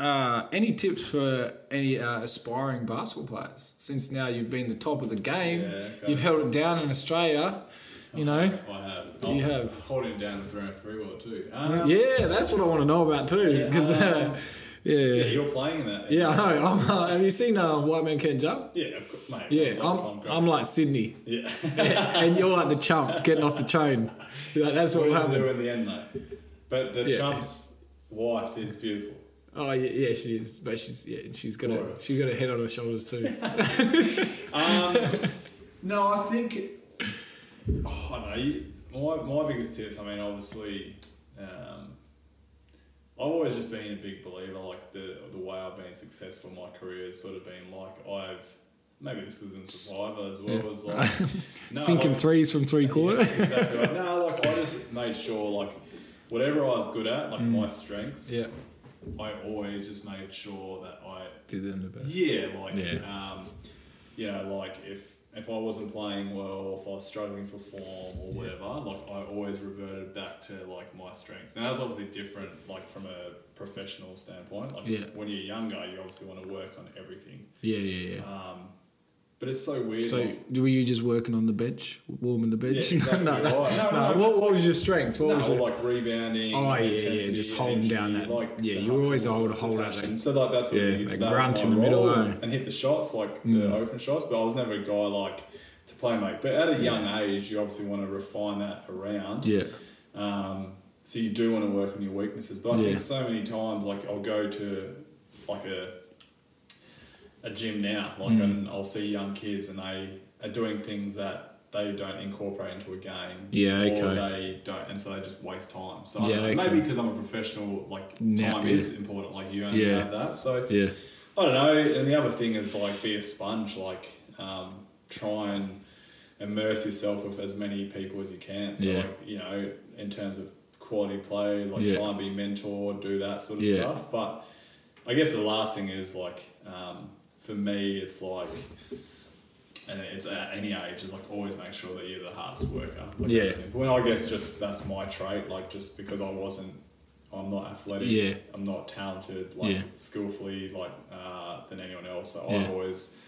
Speaker 5: Uh, any tips for any uh, aspiring basketball players? Since now you've been the top of the game,
Speaker 6: Yeah, okay.
Speaker 5: you've held it down in Australia. You know,
Speaker 6: I have.
Speaker 5: You
Speaker 6: I'm
Speaker 5: have.
Speaker 6: holding down the three on three world too. Um, yeah.
Speaker 5: Yeah, that's what I want to know about too. Because uh, yeah,
Speaker 6: you're playing in that.
Speaker 5: yeah, I know. I'm, uh, have you seen uh, White Man Can't Jump?
Speaker 6: yeah, of course, mate.
Speaker 5: Yeah,
Speaker 6: long
Speaker 5: I'm,
Speaker 6: time
Speaker 5: I'm
Speaker 6: ago.
Speaker 5: like Sydney,
Speaker 6: yeah.
Speaker 5: (laughs) and you're like the chump getting off the chain. Like, that's what
Speaker 6: what
Speaker 5: will
Speaker 6: does it do
Speaker 5: happen.
Speaker 6: in the end though? But the
Speaker 5: Yeah.
Speaker 6: chump's wife is beautiful.
Speaker 5: Oh yeah, yeah, she is, but she's yeah, she's got
Speaker 6: Laura. Um,
Speaker 5: a she got a head on her shoulders
Speaker 6: (laughs)
Speaker 5: too.
Speaker 6: No, I think. Oh, I know. You, my, my biggest tips, I mean, obviously, um, I've always just been a big believer. Like, the, the way I've been successful in my career has sort of been like I've. Maybe this is in Survivor as well. As like, no,
Speaker 5: Sinking
Speaker 6: like-
Speaker 5: threes from three quarter.
Speaker 6: Yeah, exactly. right. No, like, I just made sure, like, whatever I was good at, like my strengths,
Speaker 5: Yeah,
Speaker 6: I always just made sure that I
Speaker 5: did them the best.
Speaker 6: yeah, like
Speaker 5: Yeah.
Speaker 6: Um, you know, like if if I wasn't playing well, if I was struggling for form or whatever, like I always reverted back to like my strengths. Now that's obviously different, like from a professional standpoint. Like
Speaker 5: Yeah.
Speaker 6: when you're younger, you obviously want to work on everything,
Speaker 5: Yeah, yeah,
Speaker 6: Uh,
Speaker 5: yeah.
Speaker 6: but it's so weird.
Speaker 5: so
Speaker 6: like-
Speaker 5: were you just working on the bench, warming the bench? (laughs)
Speaker 6: Yeah, exactly
Speaker 5: no, no,
Speaker 6: right.
Speaker 5: no,
Speaker 6: No, no.
Speaker 5: What, what was your strengths? What
Speaker 6: no,
Speaker 5: was
Speaker 6: or,
Speaker 5: your
Speaker 6: like rebounding.
Speaker 5: Oh, yeah, yeah,
Speaker 6: intensity,
Speaker 5: just holding down
Speaker 6: energy,
Speaker 5: that-
Speaker 6: Like
Speaker 5: yeah,
Speaker 6: the
Speaker 5: you always
Speaker 6: hustle,
Speaker 5: hold-
Speaker 6: the
Speaker 5: hold out that-
Speaker 6: passion. So like that's what
Speaker 5: Yeah,
Speaker 6: you,
Speaker 5: that
Speaker 6: was
Speaker 5: grunt
Speaker 6: my
Speaker 5: in the middle,
Speaker 6: role,
Speaker 5: eh? Mm.
Speaker 6: and hit the shots like the open shots. But I was never a guy like to play mate. But at a young age, you obviously want to refine that around.
Speaker 5: yeah,
Speaker 6: Um, so you do want to work on your weaknesses, but I
Speaker 5: Yeah.
Speaker 6: think so many times, like I'll go to like a a gym now, like
Speaker 5: Hmm.
Speaker 6: and I'll see young kids and they are doing things that they don't incorporate into a game.
Speaker 5: Yeah,
Speaker 6: Or
Speaker 5: okay.
Speaker 6: they don't, and so they just waste time. So
Speaker 5: Yeah,
Speaker 6: yeah,
Speaker 5: okay.
Speaker 6: maybe because I'm a professional, like
Speaker 5: Now-
Speaker 6: time
Speaker 5: yeah.
Speaker 6: is important. Like you only
Speaker 5: Yeah.
Speaker 6: have that. So
Speaker 5: yeah.
Speaker 6: I don't know. And the other thing is like be a sponge. Like um, try and immerse yourself with as many people as you can. So
Speaker 5: Yeah.
Speaker 6: like you know, in terms of quality players, like
Speaker 5: Yeah.
Speaker 6: try and be mentored, do that sort of
Speaker 5: Yeah.
Speaker 6: stuff. But I guess the last thing is like um, for me, it's like. And it's at any age, is like always make sure that you're the hardest worker. Like
Speaker 5: Yeah.
Speaker 6: that's simple. And I guess just that's my trait. Like just because I wasn't, I'm not athletic.
Speaker 5: Yeah.
Speaker 6: I'm not talented. Like
Speaker 5: Yeah.
Speaker 6: skillfully like uh, than anyone else. So
Speaker 5: Yeah.
Speaker 6: I always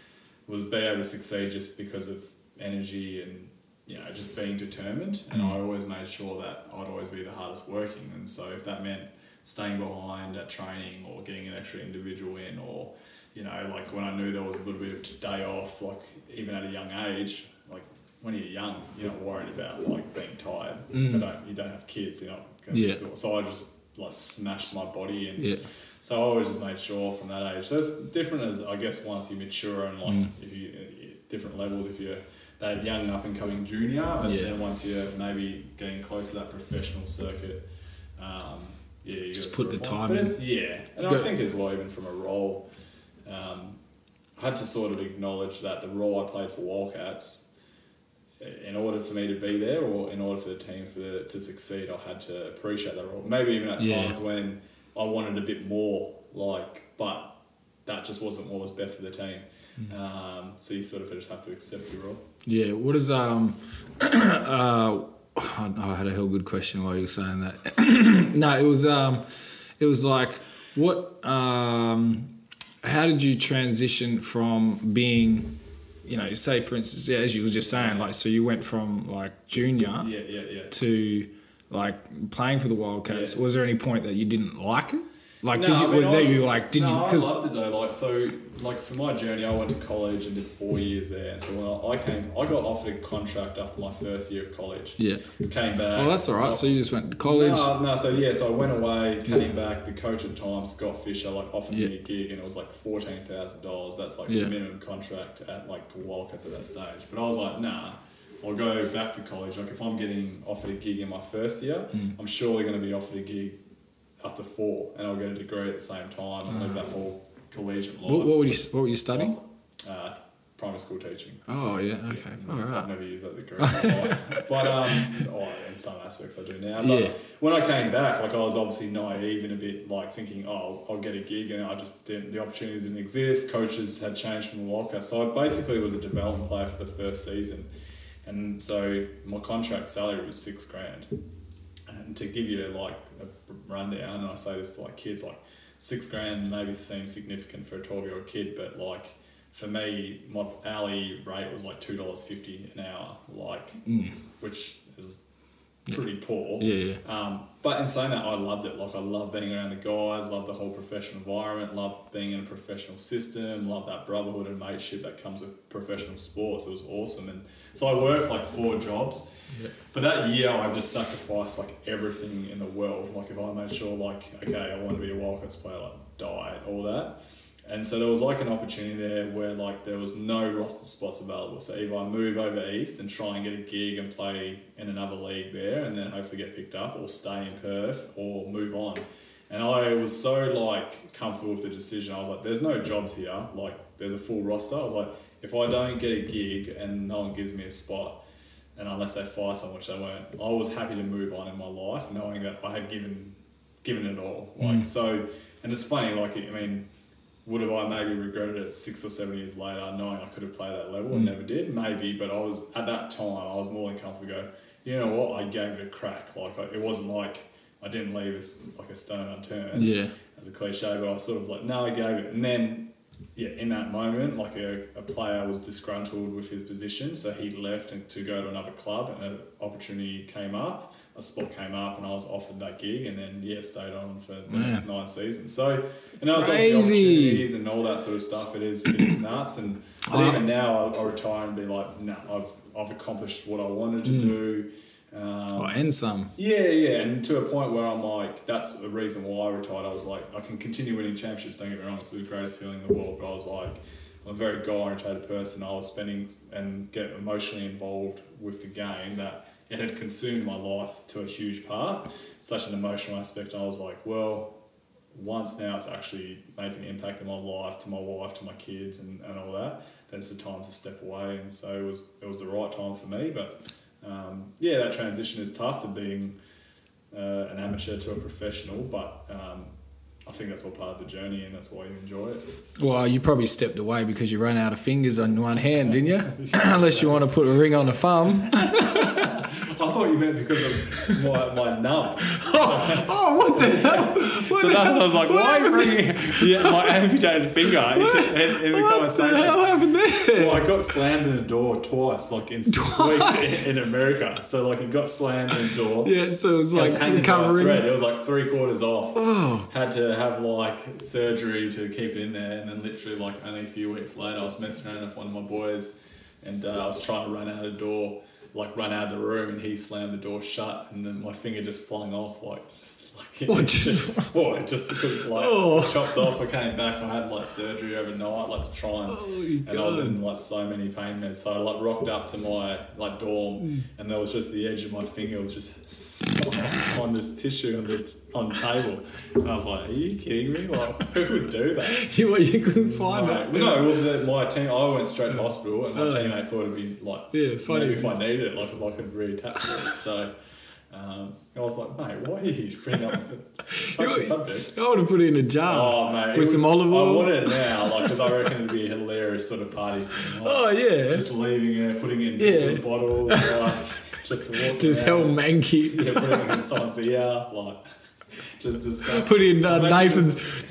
Speaker 6: was be able to succeed just because of energy and you know just being determined.
Speaker 5: Mm.
Speaker 6: And I always made sure that I'd always be the hardest working. And so if that meant staying behind at training or getting an extra individual in, or you know like when I knew there was a little bit of day off, like even at a young age, like. When you're young, you're not worried about like being tired. You, don't, you don't have kids, you're not going
Speaker 5: Mm. Yeah.
Speaker 6: to exhaust. So I just like smashed my body and
Speaker 5: Yeah.
Speaker 6: so I
Speaker 5: Mm.
Speaker 6: always just made sure from that age. So it's different as I guess once you mature and like if you different levels. If you're that young up and coming junior, but
Speaker 5: Yeah.
Speaker 6: then once you're maybe getting close to that professional circuit, um, yeah, you
Speaker 5: Just
Speaker 6: gotta
Speaker 5: put the
Speaker 6: sort of-
Speaker 5: time
Speaker 6: but
Speaker 5: in.
Speaker 6: it's- Yeah, and I
Speaker 5: Go-
Speaker 6: think as well, even from a role, um, I had to sort of acknowledge that the role I played for Wildcats, in order for me to be there or in order for the team for the, to succeed, I had to appreciate that role. Maybe even at
Speaker 5: Yeah.
Speaker 6: times when I wanted a bit more, like, but that just wasn't what was best for the team.
Speaker 5: Mm.
Speaker 6: Um, so you sort of just have to accept your role.
Speaker 5: Yeah. What is um, (clears throat) uh, I I had a hell good question while you were saying that. (clears throat) no, it was um, it was like what um, how did you transition from being, you know, say for instance, yeah, as you were just saying, like so you went from like junior
Speaker 6: Yeah, yeah, yeah.
Speaker 5: to like playing for the Wildcats.
Speaker 6: Yeah.
Speaker 5: Was there any point that you didn't like it? Like, did
Speaker 6: No,
Speaker 5: you?
Speaker 6: I mean,
Speaker 5: were there
Speaker 6: I-
Speaker 5: you like? Did
Speaker 6: no,
Speaker 5: you?
Speaker 6: I
Speaker 5: Because
Speaker 6: loved it though. Like so, like for my journey, I went to college and did four years there. And so when I came, I got offered a contract after my first year of college.
Speaker 5: Yeah.
Speaker 6: Came back.
Speaker 5: well, Oh, that's all right. So you just went to college.
Speaker 6: No, Uh, no, so yeah, so I went away, came back. The coach at the time, Scott Fisher, like offered me
Speaker 5: Yeah.
Speaker 6: a gig, and it was like fourteen thousand dollars. That's like
Speaker 5: Yeah.
Speaker 6: the minimum contract at like Wildcats at that stage. But I was like, nah, I'll go back to college. Like if I'm getting offered a gig in my first year,
Speaker 5: Mm.
Speaker 6: I'm surely going to be offered a gig after four, and I'll get a degree at the same time and live that whole collegiate life.
Speaker 5: Ah. What, what were you? What were you studying?
Speaker 6: Uh, primary school teaching.
Speaker 5: Oh yeah. Okay. All
Speaker 6: I've
Speaker 5: right.
Speaker 6: never used that degree in my life. But um, oh, in some aspects I do now. But
Speaker 5: Yeah.
Speaker 6: when I came back, like I was obviously naive and a bit like thinking, oh, I'll get a gig, and I just didn't. The opportunities didn't exist. Coaches had changed from Walker, so I basically was a development player for the first season, and so my contract salary was six grand. And to give you like a rundown, and I say this to like kids, like six grand maybe seems significant for a twelve year old kid, but like for me, my hourly rate was like two dollars fifty an hour, like which is pretty poor.
Speaker 5: Yeah,
Speaker 6: Um, but in saying that, I loved it. Like I love being around the guys, love the whole professional environment, love being in a professional system, love that brotherhood and mateship that comes with professional sports. It was awesome, and so I worked like four jobs. But that year, I just sacrificed like everything in the world. Like if I made sure, like okay, I want to be a Wildcats player, like diet, all that. And so there was like an opportunity there where like there was no roster spots available. So either I move over east and try and get a gig and play in another league there, and then hopefully get picked up, or stay in Perth, or move on. And I was so like comfortable with the decision. I was like, "There's no jobs here. Like there's a full roster." I was like, "If I don't get a gig and no one gives me a spot, and unless they fire someone, which they weren't, I was happy to move on in my life, knowing that I had given given it all. Like so, and it's funny. Like I mean, would have I maybe regretted it six or seven years later, knowing I could have played that level and never did? Maybe, but I was at that time I was more than comfortable. To go, you know what? I gave it a crack. Like I, it wasn't like I didn't leave as like a stone unturned.
Speaker 5: Yeah.
Speaker 6: As a cliche, but I was sort of like, no, I gave it. And then, yeah, in that moment, like a, a player was disgruntled with his position, so he left and to go to another club, and an opportunity came up, a spot came up, and I was offered that gig, and then yeah, stayed on for the
Speaker 5: Yeah.
Speaker 6: next nine seasons. So, and that was
Speaker 5: Crazy.
Speaker 6: obviously opportunities and all that sort of stuff. It is, it is nuts. And but
Speaker 5: Ah.
Speaker 6: even now, I, I retire and be like, no, I've I've accomplished what I wanted to
Speaker 5: Hmm.
Speaker 6: do. Um,
Speaker 5: Oh, and some.
Speaker 6: yeah, yeah, and to a point where I'm like, that's the reason why I retired. I was like, I can continue winning championships. Don't get me wrong, it's the greatest feeling in the world. But I was like, I'm a very goal oriented person. I was spending and get emotionally involved with the game that it had consumed my life to a huge part, such an emotional aspect. I was like, well, once now it's actually making an impact in my life, to my wife, to my kids, and, and all that, then it's the time to step away. And so it was it was the right time for me. But um, yeah, that transition is tough to being uh, an amateur to a professional, but um, I think that's all part of the journey, and that's why you enjoy it.
Speaker 5: Well, you probably stepped away because you ran out of fingers on one hand, (laughs) didn't you? Unless you want to put a ring on a thumb.
Speaker 6: I thought you meant because of my my numb.
Speaker 5: oh, what the (laughs) hell? What the
Speaker 6: So that's
Speaker 5: hell?
Speaker 6: what I was like,
Speaker 5: What
Speaker 6: why
Speaker 5: happened
Speaker 6: (laughs) bringing yeah, my amputated finger into, in, in the
Speaker 5: What the
Speaker 6: conversation?
Speaker 5: hell happened there? (laughs)
Speaker 6: Well, I got slammed in the door twice, like in six weeks in, in America. So, like, it got slammed in the door.
Speaker 5: Yeah, so it was like
Speaker 6: It was hanging by a
Speaker 5: recovering. Oh.
Speaker 6: thread. It was like three quarters off. Had to have like surgery to keep it in there, and then literally like only a few weeks later, I was messing around with one of my boys, and uh, I was trying to run out of the door, like run out of the room and he slammed the door shut and then my finger just flung off like just like
Speaker 5: Oh,
Speaker 6: it
Speaker 5: just-
Speaker 6: just, (laughs) oh, it just was, like
Speaker 5: Oh.
Speaker 6: chopped off. I came back. I had like surgery overnight, like to try and
Speaker 5: Holy
Speaker 6: and I was
Speaker 5: God.
Speaker 6: in like so many pain meds. So I like rocked up to my like dorm
Speaker 5: Mm.
Speaker 6: and there was just the edge of my finger was just (laughs) stuck on this tissue on the on the table. And I was like, Are you kidding me? Like (laughs) who would do that?
Speaker 5: (laughs) You, you couldn't find
Speaker 6: Like,
Speaker 5: it. (laughs)
Speaker 6: no, well, the, my team. I went straight to hospital, and my teammate thought it'd be like,
Speaker 5: Oh. Yeah, funny
Speaker 6: maybe if I
Speaker 5: if-
Speaker 6: needed it, like if I could
Speaker 5: (laughs)
Speaker 6: reattach it. So um, I was like, mate, why are you bringing up
Speaker 5: (laughs)
Speaker 6: such a subject?
Speaker 5: I would have put it in a jar
Speaker 6: Oh, mate. it
Speaker 5: with
Speaker 6: would-
Speaker 5: some olive
Speaker 6: I
Speaker 5: oil.
Speaker 6: want it now, like, because I reckon it'd be a hilarious sort of
Speaker 5: (laughs)
Speaker 6: party thing. Like,
Speaker 5: Oh yeah,
Speaker 6: Just leaving it, putting it in
Speaker 5: Yeah.
Speaker 6: people's bottles, like, just
Speaker 5: (laughs)
Speaker 6: walking
Speaker 5: just hell
Speaker 6: around,
Speaker 5: (laughs) manky.
Speaker 6: Yeah, putting it in someone's ear, like, just disgusting.
Speaker 5: Put in uh,
Speaker 6: Imagine just-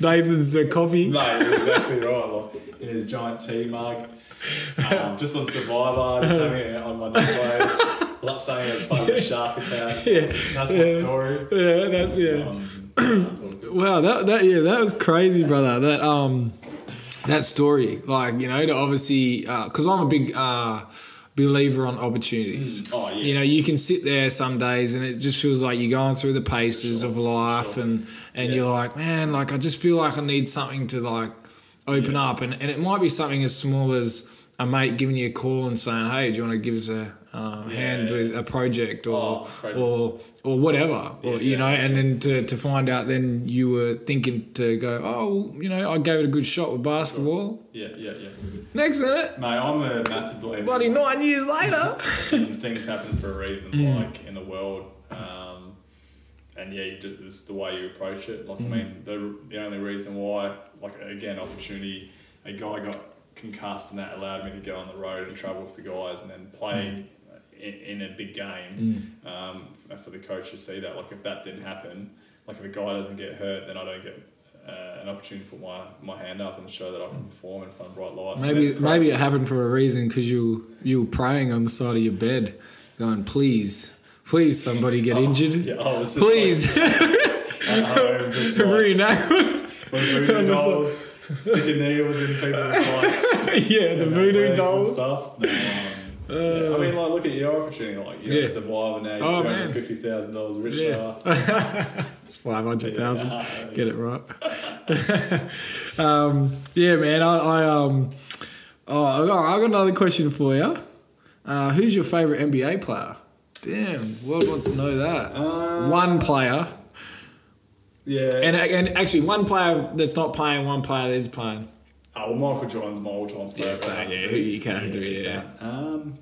Speaker 5: Nathan's Nathan's uh, coffee.
Speaker 6: No, you're exactly right. Like, in his giant tea mug, um, just on Survivor,
Speaker 5: Uh-huh.
Speaker 6: just having it on my knuckles, like saying it's part of the shark attack.
Speaker 5: Yeah,
Speaker 6: That's my
Speaker 5: yeah.
Speaker 6: story.
Speaker 5: (laughs) Yeah, that's yeah.
Speaker 6: Um, that's all good.
Speaker 5: Wow, that that yeah, that was crazy, brother. That um, that story, like you know, to obviously, because I'm a big uh believer on opportunities.
Speaker 6: Oh, yeah.
Speaker 5: You know, you can sit there some days and it just feels like you're going through the paces of life, and and you're like, man, like I just feel like I need something to like open up, and and it might be something as small as a mate giving you a call and saying, hey, do you want to give us a um, hand
Speaker 6: Yeah.
Speaker 5: with a project or
Speaker 6: Oh, crazy.
Speaker 5: or or or whatever, or, you
Speaker 6: yeah,
Speaker 5: know, and then to, to find out then you were thinking to go, oh, well, you know, I gave it a good shot with basketball.
Speaker 6: Yeah, yeah, yeah.
Speaker 5: Next minute,
Speaker 6: Mate, I'm a massive believer.
Speaker 5: bloody nine years
Speaker 6: (laughs)
Speaker 5: later.
Speaker 6: and things happen for a reason,
Speaker 5: Mm.
Speaker 6: like in the world. Um, and yeah, you do, it's the way you approach it.
Speaker 5: Mm.
Speaker 6: Like, I mean, the, the only reason why, like, again, opportunity, a guy got concussed and that allowed me to go on the road and travel with the guys and then
Speaker 5: Mm.
Speaker 6: play in, in a big game um, and for the coach to see that. Like, if that didn't happen, like, if a guy doesn't get hurt, then I don't get. Uh, an opportunity to put my, my hand up and show that I can perform in front of bright lights. And
Speaker 5: Mm. Maybe
Speaker 6: that's
Speaker 5: maybe
Speaker 6: crazy.
Speaker 5: it happened for a reason because you you were praying on the side of your bed, going, please, please, somebody get injured,
Speaker 6: (laughs) Oh, yeah, I was just like-
Speaker 5: please, (laughs)
Speaker 6: at home, just like,
Speaker 5: reenact.
Speaker 6: With voodoo dolls, (laughs) sticking needles in
Speaker 5: (laughs)
Speaker 6: people's
Speaker 5: (laughs)
Speaker 6: like
Speaker 5: yeah, the
Speaker 6: their legs
Speaker 5: voodoo
Speaker 6: and
Speaker 5: dolls. Uh.
Speaker 6: stuff. No, um, yeah. I mean, like, look at your opportunity. Like, you're
Speaker 5: Yeah.
Speaker 6: a survivor now. You're
Speaker 5: Oh,
Speaker 6: two
Speaker 5: man.
Speaker 6: hundred fifty thousand dollars richer.
Speaker 5: Yeah. It's five hundred thousand. Get it right. (laughs) um, yeah, man. I, I um. Oh, I got, I got another question for you. Uh, who's your favorite NBA player? Damn, world wants to know that. one player,
Speaker 6: Yeah.
Speaker 5: and and actually, one player that's not playing, one player that is playing.
Speaker 6: oh, well, Michael Jordan's my all-time favorite.
Speaker 5: Yeah, so, yeah, who you can't do, yeah.
Speaker 6: Um.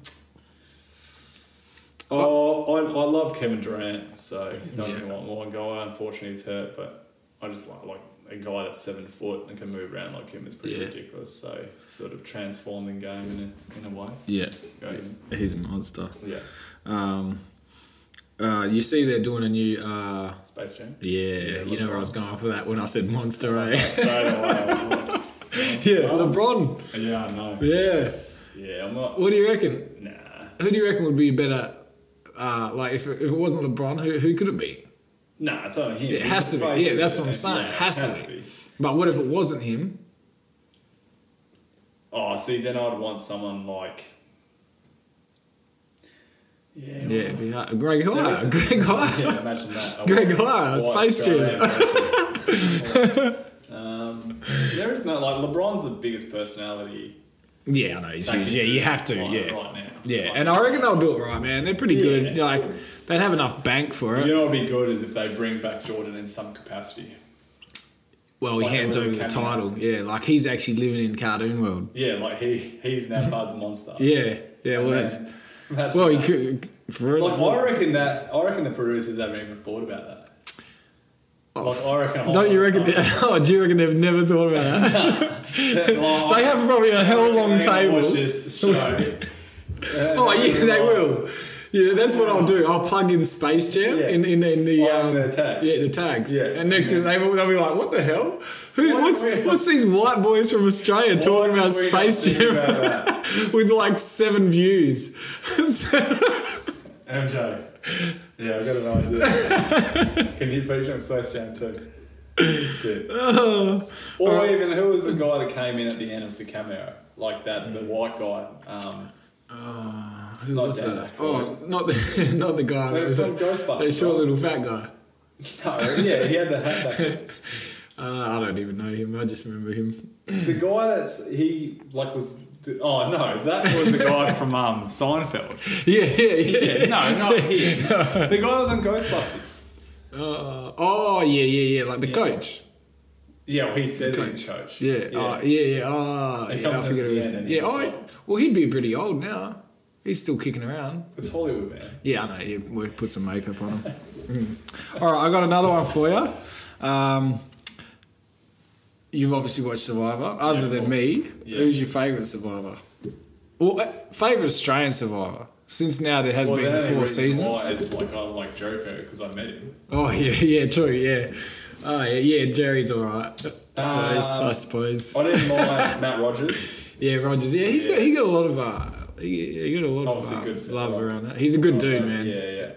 Speaker 6: Oh, I, I love Kevin Durant, so don't
Speaker 5: Yeah.
Speaker 6: even want one guy. Unfortunately, he's hurt, but I just like like a guy that's seven foot and can move around like him is pretty
Speaker 5: Yeah.
Speaker 6: ridiculous. So sort of transforming game in a, in a way.
Speaker 5: Yeah,
Speaker 6: Go him.
Speaker 5: he's a monster.
Speaker 6: Yeah,
Speaker 5: Um, uh, you see, they're doing a new. Uh,
Speaker 6: Space Jam. (laughs)
Speaker 5: yeah, you know where I was going for that when I said monster, (laughs) eh?
Speaker 6: Straight away.
Speaker 5: yeah, LeBron.
Speaker 6: yeah, I know.
Speaker 5: Yeah.
Speaker 6: Yeah, I'm not.
Speaker 5: What do you reckon?
Speaker 6: Nah.
Speaker 5: Who do you reckon would be better? Uh, like if, if it wasn't LeBron, who, who could it be?
Speaker 6: Nah, it's only him.
Speaker 5: It has to be. Yeah, that's what I'm saying. It has, to, be. But what if it wasn't him?
Speaker 6: Oh, see, then I'd want someone like. Yeah.
Speaker 5: Yeah, it'd be hard. Greg Hire.
Speaker 6: is
Speaker 5: (laughs)
Speaker 6: a-
Speaker 5: Greg Hire.
Speaker 6: (laughs) Yeah, imagine that.
Speaker 5: (laughs)
Speaker 6: I
Speaker 5: Greg
Speaker 6: want
Speaker 5: Hire.
Speaker 6: white
Speaker 5: Space
Speaker 6: Australian
Speaker 5: Jam.
Speaker 6: version.
Speaker 5: (laughs)
Speaker 6: um, there is no like LeBron's the biggest personality.
Speaker 5: Yeah, I know. He's
Speaker 6: that
Speaker 5: huge.
Speaker 6: can
Speaker 5: Yeah,
Speaker 6: do
Speaker 5: you
Speaker 6: it
Speaker 5: have to.
Speaker 6: right-
Speaker 5: Yeah.
Speaker 6: right now.
Speaker 5: Yeah,
Speaker 6: Like,
Speaker 5: and I reckon they'll do it right, man. They're pretty good.
Speaker 6: Yeah.
Speaker 5: Like they'd have enough bank for it.
Speaker 6: You know, what'd be good is if they bring back Jordan in some capacity.
Speaker 5: Well, he
Speaker 6: Like,
Speaker 5: hands
Speaker 6: they
Speaker 5: over
Speaker 6: really
Speaker 5: the
Speaker 6: can.
Speaker 5: title. Yeah, like he's actually living in cartoon world.
Speaker 6: Yeah, like he he's now
Speaker 5: (laughs)
Speaker 6: part of the monster.
Speaker 5: Yeah, yeah. Well, that's,
Speaker 6: Imagine
Speaker 5: well, he
Speaker 6: that.
Speaker 5: could. For
Speaker 6: Like, I reckon that I reckon the producers haven't even thought about that. Like, I reckon.
Speaker 5: Oh, Don't you
Speaker 6: I-
Speaker 5: reckon? (laughs) Oh, do you reckon they've never thought about
Speaker 6: (laughs)
Speaker 5: that?
Speaker 6: Like,
Speaker 5: They have probably a hell long
Speaker 6: they're gonna
Speaker 5: table.
Speaker 6: Watch this show.
Speaker 5: (laughs)
Speaker 6: oh
Speaker 5: Oh yeah, they will. Yeah, that's what I'll do. I'll plug in Space Jam
Speaker 6: Yeah.
Speaker 5: in, in, in the
Speaker 6: Oh,
Speaker 5: um,
Speaker 6: the tags.
Speaker 5: Yeah, the tags.
Speaker 6: Yeah.
Speaker 5: And next week they will, they'll be like, "What the hell? Who?
Speaker 6: Why
Speaker 5: what's
Speaker 6: don't we-
Speaker 5: what's these white boys from Australia talking about Space Jam (laughs) with like seven views?"
Speaker 6: MJ. Yeah, I've got an idea.
Speaker 5: (laughs)
Speaker 6: Can you feature on Space Jam too? Sick.
Speaker 5: Oh.
Speaker 6: or even who was the guy that came in at the end of the cameo? Like that, the white guy. Um, (laughs)
Speaker 5: Who (laughs)
Speaker 6: Not
Speaker 5: was
Speaker 6: Dan
Speaker 5: that?
Speaker 6: Aykroyd.
Speaker 5: Oh, not the (laughs) not the guy.
Speaker 6: No,
Speaker 5: that was
Speaker 6: from
Speaker 5: a-
Speaker 6: Ghostbusters,
Speaker 5: That short
Speaker 6: right?
Speaker 5: little fat guy.
Speaker 6: No, yeah, he had the hat backwards.
Speaker 5: Uh, I don't even know him. I just remember him. (laughs)
Speaker 6: the guy that's he like was. Oh no, that
Speaker 7: It
Speaker 6: was
Speaker 7: was the
Speaker 5: (laughs)
Speaker 7: guy from um, Seinfeld.
Speaker 5: Yeah, yeah, yeah.
Speaker 6: yeah,
Speaker 5: (laughs)
Speaker 6: no, not him. the guy that was on Ghostbusters.
Speaker 5: Uh, oh, yeah, yeah, yeah. Like the coach.
Speaker 6: Yeah, well, he said he's the coach.
Speaker 5: Yeah, yeah, uh, yeah. yeah. Oh,
Speaker 6: He
Speaker 5: yeah I
Speaker 6: comes
Speaker 5: forget
Speaker 6: at
Speaker 5: who
Speaker 6: the
Speaker 5: he's.
Speaker 6: end and
Speaker 5: Yeah,
Speaker 6: he's
Speaker 5: oh,
Speaker 6: like-
Speaker 5: well, he'd be pretty old now. He's still kicking around.
Speaker 6: it's Hollywood man.
Speaker 5: Yeah, I know. Yeah, we put some makeup on him.
Speaker 6: (laughs)
Speaker 5: Mm. All right, I got another one for you. Um, you've obviously watched Survivor. Other than me, who's your favourite Survivor? Well, uh, favourite Australian Survivor. Since now there has
Speaker 6: Well, the
Speaker 5: been
Speaker 6: only
Speaker 5: four
Speaker 6: reason
Speaker 5: seasons.
Speaker 6: Why is like I like Joker because I met him.
Speaker 5: Oh yeah, (laughs) yeah, true, yeah. Oh yeah, yeah. Jerry's all right. I suppose. I
Speaker 6: Um,
Speaker 5: suppose.
Speaker 6: I
Speaker 5: (laughs)
Speaker 6: didn't mind Matt Rogers.
Speaker 5: Yeah, Rogers. Yeah, he's got
Speaker 6: Yeah.
Speaker 5: he got a lot of uh, he, he got a lot
Speaker 6: Obviously
Speaker 5: of uh,
Speaker 6: good for-
Speaker 5: love around that. He's a good dude,
Speaker 6: Also,
Speaker 5: man.
Speaker 6: Yeah, yeah.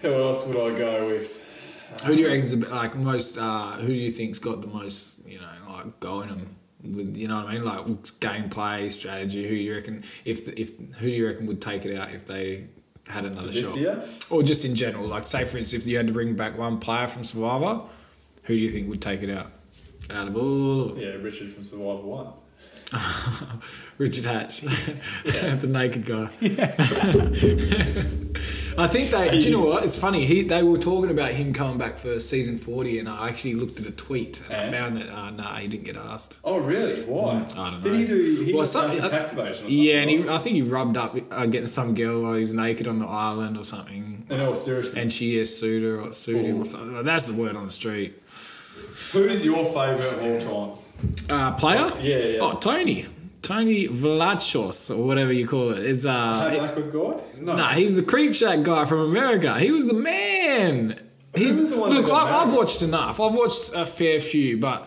Speaker 6: Who else would I go with?
Speaker 5: Who do you reckon's the, like most? Uh, who do you think's got the most? You know, like going them with you know what I mean, like gameplay strategy. Who do you reckon if if who do you reckon would take it out if they had another
Speaker 6: This
Speaker 5: shot,
Speaker 6: year?
Speaker 5: or just in general? Like, say for instance, if you had to bring back one player from Survivor, who do you think would take it out? Out of all of them,
Speaker 6: Yeah, Richard from Survivor One.
Speaker 5: (laughs) Richard Hatch, the naked
Speaker 6: (laughs)
Speaker 5: guy. (laughs) I think they. Do you know what? It's funny. He they were talking about him coming back for season forty, and I actually looked at a tweet and,
Speaker 6: And?
Speaker 5: I found that uh, nah, he didn't get asked.
Speaker 6: Eh? Oh really? Why?
Speaker 5: Mm, I don't
Speaker 6: Did
Speaker 5: know.
Speaker 6: he do? He
Speaker 5: Well,
Speaker 6: was
Speaker 5: some-
Speaker 6: done for tax evasion or something.
Speaker 5: Yeah, and
Speaker 6: right?
Speaker 5: he, I think he rubbed up uh, getting some girl while he was naked on the island or something,
Speaker 6: In all seriousness,
Speaker 5: and she is sued her or sued him or something. That's the word on the street.
Speaker 6: who's your favourite of all time?
Speaker 5: Uh, player?
Speaker 6: Yeah, yeah, yeah.
Speaker 5: Oh, Tony. Tony Vlachos, or whatever you call it. It's uh,
Speaker 6: Pat Blackwood's guy? No.
Speaker 5: Nah, he's the creep shack guy from America. He was the man. He's,
Speaker 6: was the one that
Speaker 5: look,
Speaker 6: got
Speaker 5: I, I've
Speaker 6: married?
Speaker 5: watched enough. I've watched a fair few, but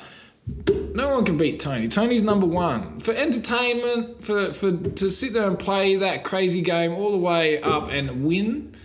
Speaker 5: no one can beat Tony. Tony's number one for entertainment. For for to sit there and play that crazy game all the way up and win.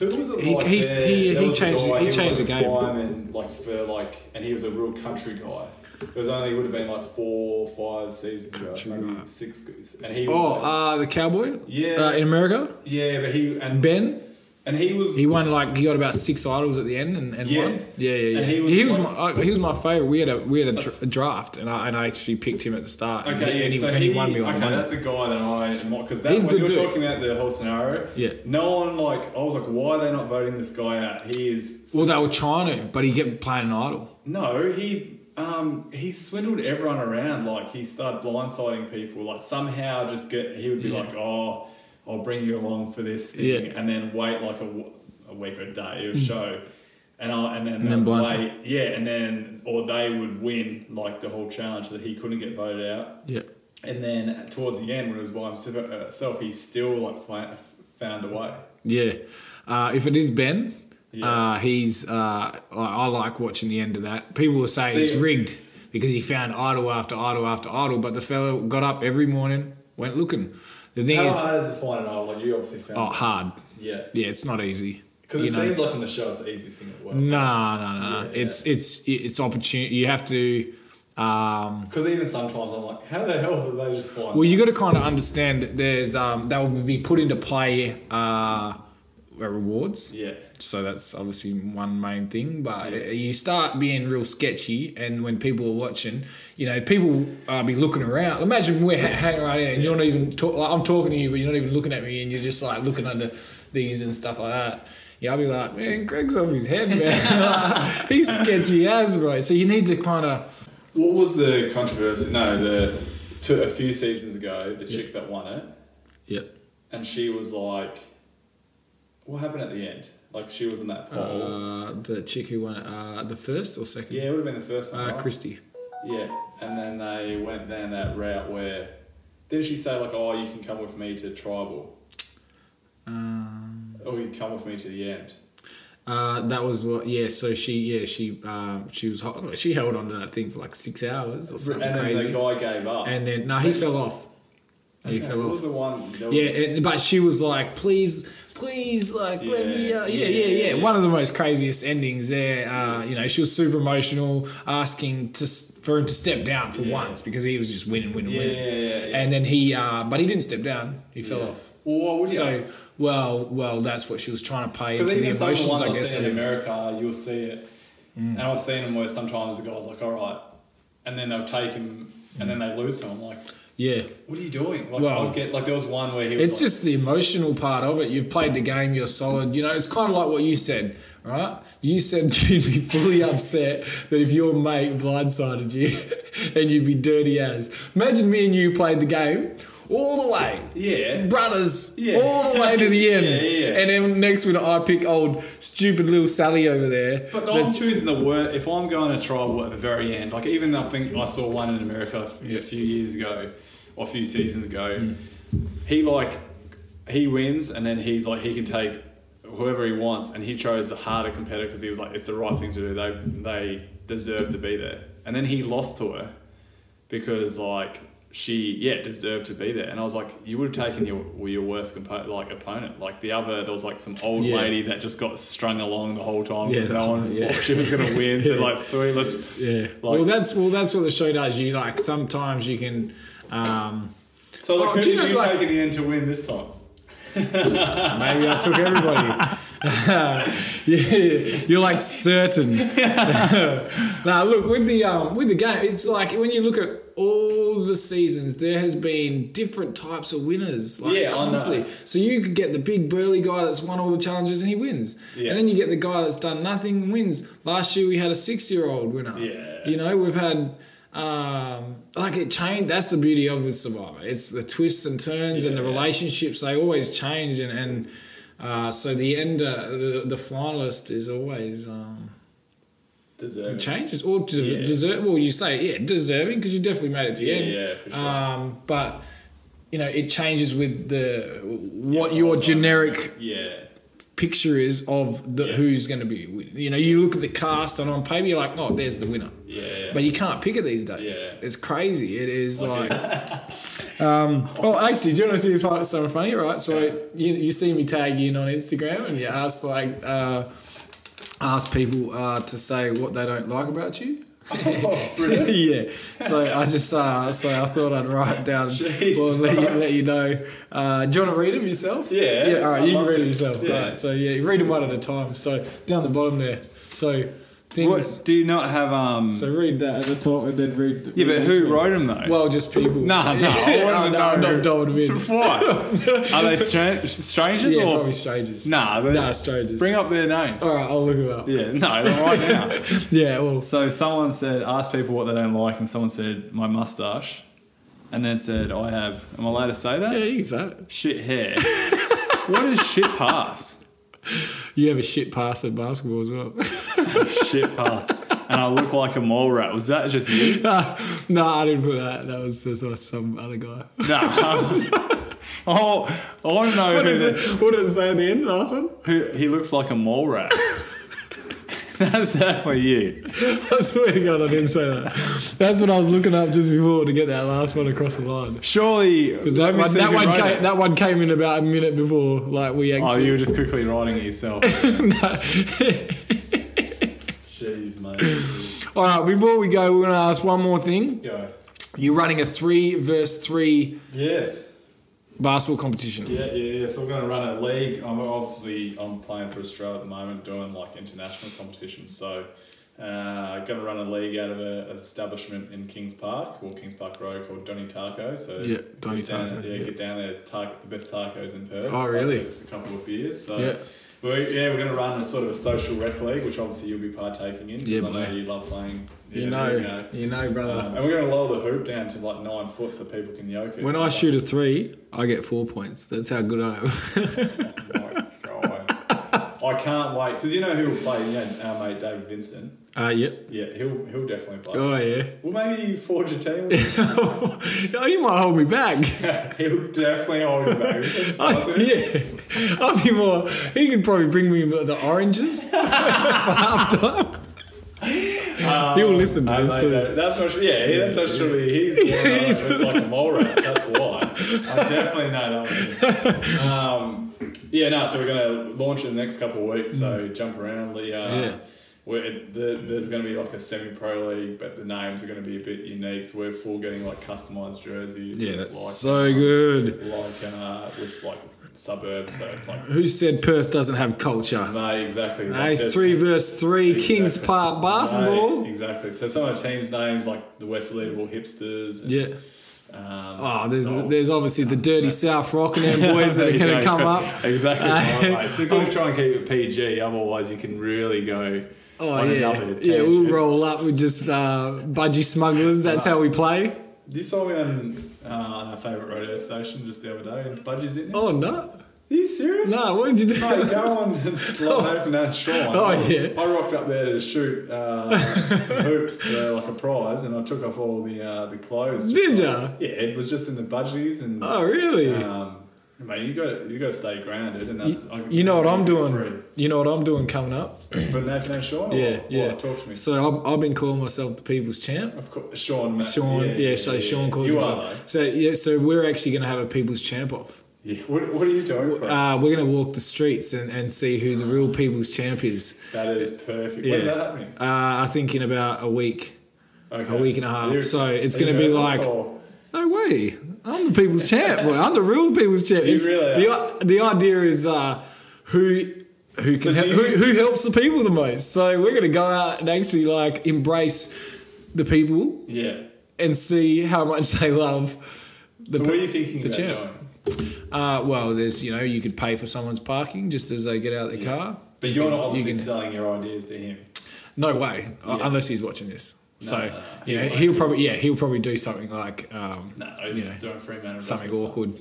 Speaker 6: Who was it
Speaker 5: He-
Speaker 6: like
Speaker 5: he's-
Speaker 6: there-
Speaker 5: he-
Speaker 6: there
Speaker 5: he
Speaker 6: was a
Speaker 5: changed-
Speaker 6: guy,
Speaker 5: he changed
Speaker 6: was a
Speaker 5: the game.
Speaker 6: Fireman, like for like, and he was a real country guy. It was only it would have been like four, five seasons
Speaker 5: Country
Speaker 6: ago,
Speaker 5: guy.
Speaker 6: maybe six. And he was,
Speaker 5: Oh,
Speaker 6: like-
Speaker 5: uh, the cowboy.
Speaker 6: Yeah.
Speaker 5: Uh, in America,
Speaker 6: yeah, but he and
Speaker 5: Ben.
Speaker 6: and he was
Speaker 5: He won like he got about six idols at the end and, and
Speaker 6: Yes.
Speaker 5: won. Yeah, yeah, yeah.
Speaker 6: And
Speaker 5: he
Speaker 6: he
Speaker 5: was,
Speaker 6: was
Speaker 5: my
Speaker 6: like-
Speaker 5: I, he was my favorite. We had a we had a, dr- a draft and I and I actually picked him at the start. and
Speaker 6: Okay,
Speaker 5: he-
Speaker 6: yeah,
Speaker 5: and he,
Speaker 6: so
Speaker 5: and
Speaker 6: he,
Speaker 5: he won me on
Speaker 6: Okay,
Speaker 5: money.
Speaker 6: that's a guy that I am because that
Speaker 5: He's a
Speaker 6: when
Speaker 5: good
Speaker 6: you were
Speaker 5: dude.
Speaker 6: talking about the whole scenario.
Speaker 5: Yeah.
Speaker 6: No one like I was like, why are they not voting this guy out? He is
Speaker 5: Well, they were trying to, but he kept playing an idol.
Speaker 6: no, he um he swindled everyone around. Like he started blindsiding people. Like somehow just get he would be like, oh, I'll bring you along for this thing,
Speaker 5: Yeah. Hmm.
Speaker 6: and then wait like a, w- a week or a day or show. And, I, and then,
Speaker 5: then
Speaker 6: they'd
Speaker 5: blindside.
Speaker 6: wait, yeah, and then or they would win like the whole challenge that he couldn't get voted out.
Speaker 5: Yeah.
Speaker 6: And then towards the end, when it was by himself, uh, self, he still like fi- found a way.
Speaker 5: Yeah. Uh, if it is Ben,
Speaker 6: Yeah.
Speaker 5: uh, he's, uh, I, I like watching the end of that. People were saying it's
Speaker 6: See- uh,
Speaker 5: rigged because he found idol after idol after idol, but the fellow got up every morning, went looking. The thing
Speaker 6: How
Speaker 5: is,
Speaker 6: hard is it to find an idol? Like you obviously
Speaker 5: oh,
Speaker 6: found.
Speaker 5: hard.
Speaker 6: Yeah.
Speaker 5: Yeah, it's not easy.
Speaker 6: Because
Speaker 5: You
Speaker 6: it
Speaker 5: know.
Speaker 6: seems like on the show it's the easiest thing in the world.
Speaker 5: No, no, no.
Speaker 6: Yeah.
Speaker 5: It's it's it's opportunity. You have to. Um,
Speaker 6: Because even sometimes I'm like, how the hell did they just find?
Speaker 5: well, you got to kind of understand that there's um, that will be put into play uh, rewards.
Speaker 6: yeah.
Speaker 5: So that's obviously one main thing. But you start being real sketchy, and when people are watching, you know, people uh, be looking around. Imagine we're ha- hanging around here, and you're not even talk- like I'm talking to you, but you're not even looking at me, and you're just like looking under these and stuff like that. Yeah, I'll be like, man, Greg's off his head, man. (laughs) He's sketchy as, bro. So you need to kind of.
Speaker 6: What was the controversy? No, the to a few seasons ago, the chick that won it,
Speaker 5: Yep.
Speaker 6: and she was like, what happened at the end? Like she was in that poll.
Speaker 5: Uh, the chick who won uh, the first or second?
Speaker 6: yeah, it would have been the first one.
Speaker 5: Uh,
Speaker 6: right?
Speaker 5: Christy.
Speaker 6: Yeah, and then they went down that route where didn't she say like, "Oh, you can come with me to tribal,
Speaker 5: Um,
Speaker 6: or you come with me to the end."
Speaker 5: Uh, that was what, yeah. So she, yeah, she, um, she was hot. She held on to that thing for like six hours or something
Speaker 6: and then
Speaker 5: crazy.
Speaker 6: the guy gave up.
Speaker 5: and then no, he fell off. He
Speaker 6: Yeah,
Speaker 5: fell
Speaker 6: what
Speaker 5: off.
Speaker 6: was the one? There was,
Speaker 5: Yeah, and, but she was like, "Please, please, like, let me out. Yeah, yeah,
Speaker 6: yeah,
Speaker 5: yeah, One of the most craziest endings there. Uh, you know, she was super emotional, asking to s- for him to step down for once because he was just winning, winning, winning.
Speaker 6: yeah, yeah.
Speaker 5: And then he, uh, but he didn't step down. He fell off.
Speaker 6: Well, why would you?
Speaker 5: So, well, well, that's what she was trying to pay into
Speaker 6: Because
Speaker 5: the
Speaker 6: even some of the
Speaker 5: emotions,
Speaker 6: ones
Speaker 5: I
Speaker 6: I've
Speaker 5: guess. Mm.
Speaker 6: seen in America, you'll see it. And I've seen them where sometimes the guy's like, all right. And then they'll take him and then they lose to him. Like,
Speaker 5: yeah.
Speaker 6: what are you doing? Like,
Speaker 5: Mm. Well-
Speaker 6: I'll get, like there was one where he was
Speaker 5: It's
Speaker 6: like,
Speaker 5: just the emotional part of it. You've played the game, you're solid. You know, it's kind of like what you said, right? You said (laughs) you'd be fully upset that if your mate blindsided you (laughs) and you'd be dirty as. Imagine me and you played the game all the way.
Speaker 6: Yeah.
Speaker 5: Brothers,
Speaker 6: Yeah.
Speaker 5: all the way to the end.
Speaker 6: (laughs) Yeah, yeah, yeah.
Speaker 5: And then next minute, I pick old stupid little Sally over there.
Speaker 6: But I'm
Speaker 5: that's-
Speaker 6: choosing the word. If I'm going to tribal at the very end, like even I think I saw one in America a f- a few years ago, or a few seasons ago.
Speaker 5: Hmm.
Speaker 6: He like he wins, and then he's like he can take whoever he wants, and he chose a harder competitor because he was like it's the right thing to do. They they deserve to be there, and then he lost to her because like she yeah deserved to be there and i was like you would have taken your your worst compo- like opponent like the other there was like some old
Speaker 5: Yeah.
Speaker 6: lady that just got strung along the whole time because
Speaker 5: Yeah,
Speaker 6: no one
Speaker 5: yeah.
Speaker 6: thought (laughs) she was going to win so like sweet let's
Speaker 5: Yeah.
Speaker 6: like
Speaker 5: well, that's well, that's what the show does. You like sometimes you can. Um,
Speaker 6: so like
Speaker 5: Oh,
Speaker 6: who
Speaker 5: do
Speaker 6: did
Speaker 5: you know,
Speaker 6: you
Speaker 5: like-
Speaker 6: take in the end to win this time
Speaker 5: Maybe I took everybody. (laughs) yeah, you're like certain. (laughs) now look with the um, with the game, it's like when you look at all the seasons, there has been different types of winners. Like,
Speaker 6: Yeah, I know.
Speaker 5: constantly. So you could get the big burly guy that's won all the challenges and he wins,
Speaker 6: Yeah.
Speaker 5: and then you get the guy that's done nothing and wins. Last year we had a six year old winner.
Speaker 6: Yeah.
Speaker 5: you know we've had. Um, like it changed. That's the beauty of with Survivor. It's the twists and turns and the
Speaker 6: Yeah.
Speaker 5: relationships. They always change, and and uh, so the end, uh, the, the finalist is always um,
Speaker 6: deserve
Speaker 5: changes or de-
Speaker 6: Yeah.
Speaker 5: deserve. Well, you say yeah, deserving because you definitely made it to the
Speaker 6: Yeah,
Speaker 5: end.
Speaker 6: yeah, for sure.
Speaker 5: Um, but you know, it changes with the what your generic
Speaker 6: yeah
Speaker 5: picture is of the who's going to be. win- You know, you look at the cast and on paper you're like, oh, there's the winner.
Speaker 6: Yeah, yeah.
Speaker 5: But you can't pick it these days.
Speaker 6: Yeah.
Speaker 5: It's crazy. It is like.
Speaker 6: (laughs)
Speaker 5: Oh, actually, do you want to see if- something funny? Right, so you, you see me tag you in on Instagram, and you ask like uh, ask people uh, to say what they don't like about you.
Speaker 8: Oh,
Speaker 5: (laughs)
Speaker 6: (laughs)
Speaker 5: yeah, so I just uh, so I thought I'd write down
Speaker 6: Jeez,
Speaker 5: or let you, let you know. Uh, do you want to read them yourself?
Speaker 6: Yeah,
Speaker 5: yeah. All right,
Speaker 6: I'd
Speaker 5: you can
Speaker 6: love
Speaker 5: read
Speaker 6: to.
Speaker 5: it yourself.
Speaker 6: Yeah.
Speaker 5: Right, so yeah, read them one at a time. So down the bottom there. So things.
Speaker 8: What do you not have? Um,
Speaker 5: So read that at the top, and then read. The,
Speaker 8: yeah, but who wrote them though?
Speaker 5: Well, just people. (laughs)
Speaker 6: (laughs)
Speaker 8: no, no, I
Speaker 5: Oh,
Speaker 8: want
Speaker 5: no,
Speaker 8: to
Speaker 5: I'm
Speaker 8: know.
Speaker 5: not doling
Speaker 8: (laughs)
Speaker 5: them in.
Speaker 8: What? Are they stra- strangers
Speaker 5: Yeah,
Speaker 8: or?
Speaker 5: probably strangers.
Speaker 8: Nah, they're
Speaker 5: Nah, strangers.
Speaker 8: Bring up their names.
Speaker 5: All right, I'll look it up.
Speaker 8: Yeah, no, right now. (laughs)
Speaker 5: Yeah, well,
Speaker 8: So someone said, asked people what they don't like, and someone said, my mustache. And then said, I have, am I allowed to say that?
Speaker 5: yeah, you can say it.
Speaker 8: Shit hair. what is shit pass?
Speaker 5: You have a shit pass at basketball as well. (laughs)
Speaker 8: Shit pass. And I look like a mole rat. Was that just you?
Speaker 5: no, I didn't put that. That was just uh, some other guy.
Speaker 8: No. um, (laughs) oh, I want to know
Speaker 5: What
Speaker 8: who,
Speaker 5: is
Speaker 8: the,
Speaker 5: it? What did it say at the end? Last one? (laughs)
Speaker 8: who he looks like a mole rat. (laughs) That's definitely you.
Speaker 5: I swear to God, I didn't say that. That's what I was looking up just before to get that last one across the line.
Speaker 8: Surely
Speaker 5: Because that,
Speaker 8: let me
Speaker 5: one,
Speaker 8: see
Speaker 5: that,
Speaker 8: who
Speaker 5: one
Speaker 8: wrote
Speaker 5: came,
Speaker 8: it.
Speaker 5: that one came in about a minute before, like we
Speaker 8: Oh, you
Speaker 5: actually.
Speaker 8: were just quickly writing it (laughs) yourself.
Speaker 6: jeez mate
Speaker 5: All right, before we go, we're going to ask one more thing.
Speaker 6: go
Speaker 5: You're running a three versus three
Speaker 6: yes
Speaker 5: basketball competition.
Speaker 6: Yeah, yeah, yeah. So we're going to run a league. I'm obviously I'm playing for Australia at the moment, doing like international competitions. So uh, going to run a league out of a, an establishment in Kings Park or Kings Park Road called Donny Taco. So
Speaker 5: Yeah, Donny
Speaker 6: get down,
Speaker 5: Taco,
Speaker 6: Yeah,
Speaker 5: yeah.
Speaker 6: get down there, target the best tacos in Perth.
Speaker 5: Oh,
Speaker 6: plus
Speaker 5: really?
Speaker 6: A couple of beers. So
Speaker 5: Yeah.
Speaker 6: We're, yeah, we're going to run a sort of a social rec league, which obviously you'll be partaking in. 'cause
Speaker 5: Yeah,
Speaker 6: I know
Speaker 5: boy.
Speaker 6: you love playing.
Speaker 5: You
Speaker 6: Yeah, there you
Speaker 5: know,
Speaker 6: go.
Speaker 5: you know, brother.
Speaker 6: And we're going to lower the hoop down to like nine foot so people can yoke it.
Speaker 5: When I
Speaker 6: Like,
Speaker 5: shoot a three, I get four points. That's how good I am. (laughs)
Speaker 6: my God. Oh, I can't wait because you know who will play. You know, our mate David Vincent.
Speaker 5: Uh, yep.
Speaker 6: Yeah, he'll he'll definitely play.
Speaker 5: Oh yeah. (laughs)
Speaker 6: Well, maybe you forge a team. (laughs) with
Speaker 5: oh, you might hold me back. (laughs)
Speaker 6: him. he'll definitely hold you back. (laughs)
Speaker 5: Oh, yeah. I'll be more. He could probably bring me the oranges (laughs) for half time. He'll listen to
Speaker 6: Um, I
Speaker 5: this
Speaker 6: mate,
Speaker 5: too.
Speaker 6: that- that's not true. Yeah, yeah, that's not true. He's the one that
Speaker 5: He's-
Speaker 6: looks like a mole rat. That's why. I definitely know that one. Um, Yeah, no. So we're going to launch in the next couple of weeks. So jump around. The, uh,
Speaker 5: Mm. Yeah.
Speaker 6: We're, the, there's going to be like a semi-pro league, but the names are going to be a bit unique. So we're full getting like customized jerseys.
Speaker 5: Yeah,
Speaker 6: with,
Speaker 5: that's
Speaker 6: like,
Speaker 5: so good.
Speaker 6: Like uh, with like suburbs. So like
Speaker 5: Who said Perth doesn't have culture?
Speaker 6: no, exactly.
Speaker 5: Hey,
Speaker 6: Like, there's
Speaker 5: three
Speaker 6: team-
Speaker 5: verse three,
Speaker 6: exactly.
Speaker 5: Kings Park
Speaker 6: No,
Speaker 5: basketball.
Speaker 6: exactly. So some of the teams' names like the West Leadable Hipsters. And,
Speaker 5: Yeah.
Speaker 6: Um,
Speaker 5: Oh, there's there's obviously the dirty South
Speaker 6: (laughs)
Speaker 5: Rockingham boys that are going to
Speaker 6: Exactly.
Speaker 5: come up.
Speaker 6: Exactly.
Speaker 5: Uh,
Speaker 6: right. So we've got to try and keep it PG, otherwise you can really go
Speaker 5: Oh
Speaker 6: on
Speaker 5: yeah,
Speaker 6: another
Speaker 5: yeah. We'll
Speaker 6: tangent.
Speaker 5: roll up with just uh, budgie smugglers. That's how we play.
Speaker 6: You saw me on uh, our favourite radio station just the other day, and Budgie's in there.
Speaker 5: Oh no,
Speaker 6: Are you serious?
Speaker 5: no. What did you do?
Speaker 6: Mate, go on and like, open that Sean.
Speaker 5: Oh, yeah.
Speaker 6: I rocked up there to shoot uh, some hoops for like a prize, and I took off all the uh, the clothes. just
Speaker 5: (laughs) Did
Speaker 6: like-
Speaker 5: ya?
Speaker 6: Yeah, it was just in the budgies and.
Speaker 5: Oh really?
Speaker 6: Um, mate, you got you got to stay grounded, and that's I can-
Speaker 5: you know what I'm
Speaker 6: free.
Speaker 5: doing. You know what I'm doing coming up.
Speaker 6: for Nathan and Sean. or
Speaker 5: Yeah,
Speaker 6: what?
Speaker 5: yeah.
Speaker 6: Talk to me.
Speaker 5: So I've, I've been calling myself the people's champ.
Speaker 6: Of course, Sean. Matt,
Speaker 5: Sean, yeah. so Sean calls
Speaker 6: you
Speaker 5: himself.
Speaker 6: Are, though.
Speaker 5: so yeah, so we're actually going to have a people's champ off.
Speaker 6: yeah. What, what are you doing? For?
Speaker 5: Uh, we're going to walk the streets and, and see who the real people's champ is.
Speaker 6: that is perfect.
Speaker 5: yeah.
Speaker 6: When's that happening?
Speaker 5: Uh, I think in about a week,
Speaker 6: Okay.
Speaker 5: a week and a half.
Speaker 6: Are you-
Speaker 5: so it's
Speaker 6: are you
Speaker 5: going to be
Speaker 6: nervous
Speaker 5: like.
Speaker 6: or-
Speaker 5: No way. I'm the people's champ, boy. I'm the real people's champ. It's-
Speaker 6: really
Speaker 5: The, the idea is uh, who who can
Speaker 6: So
Speaker 5: hel-
Speaker 6: do
Speaker 5: who,
Speaker 6: you-
Speaker 5: who helps the people the most. So we're gonna go out and actually like embrace the people
Speaker 6: Yeah.
Speaker 5: and see how much (laughs) they love the
Speaker 6: So what are you thinking
Speaker 5: the
Speaker 6: about
Speaker 5: champ.
Speaker 6: doing?
Speaker 5: Uh, well, there's you know you could pay for someone's parking just as they get out of the car.
Speaker 6: But you're not
Speaker 5: You
Speaker 6: obviously
Speaker 5: can-
Speaker 6: selling your ideas to him.
Speaker 5: No way, uh, unless he's watching this. so
Speaker 6: no, no.
Speaker 5: you know
Speaker 6: He won't.
Speaker 5: he'll probably yeah he'll probably do something like um,
Speaker 6: No,
Speaker 5: you
Speaker 6: he's
Speaker 5: know,
Speaker 6: doing free man.
Speaker 5: something awkward.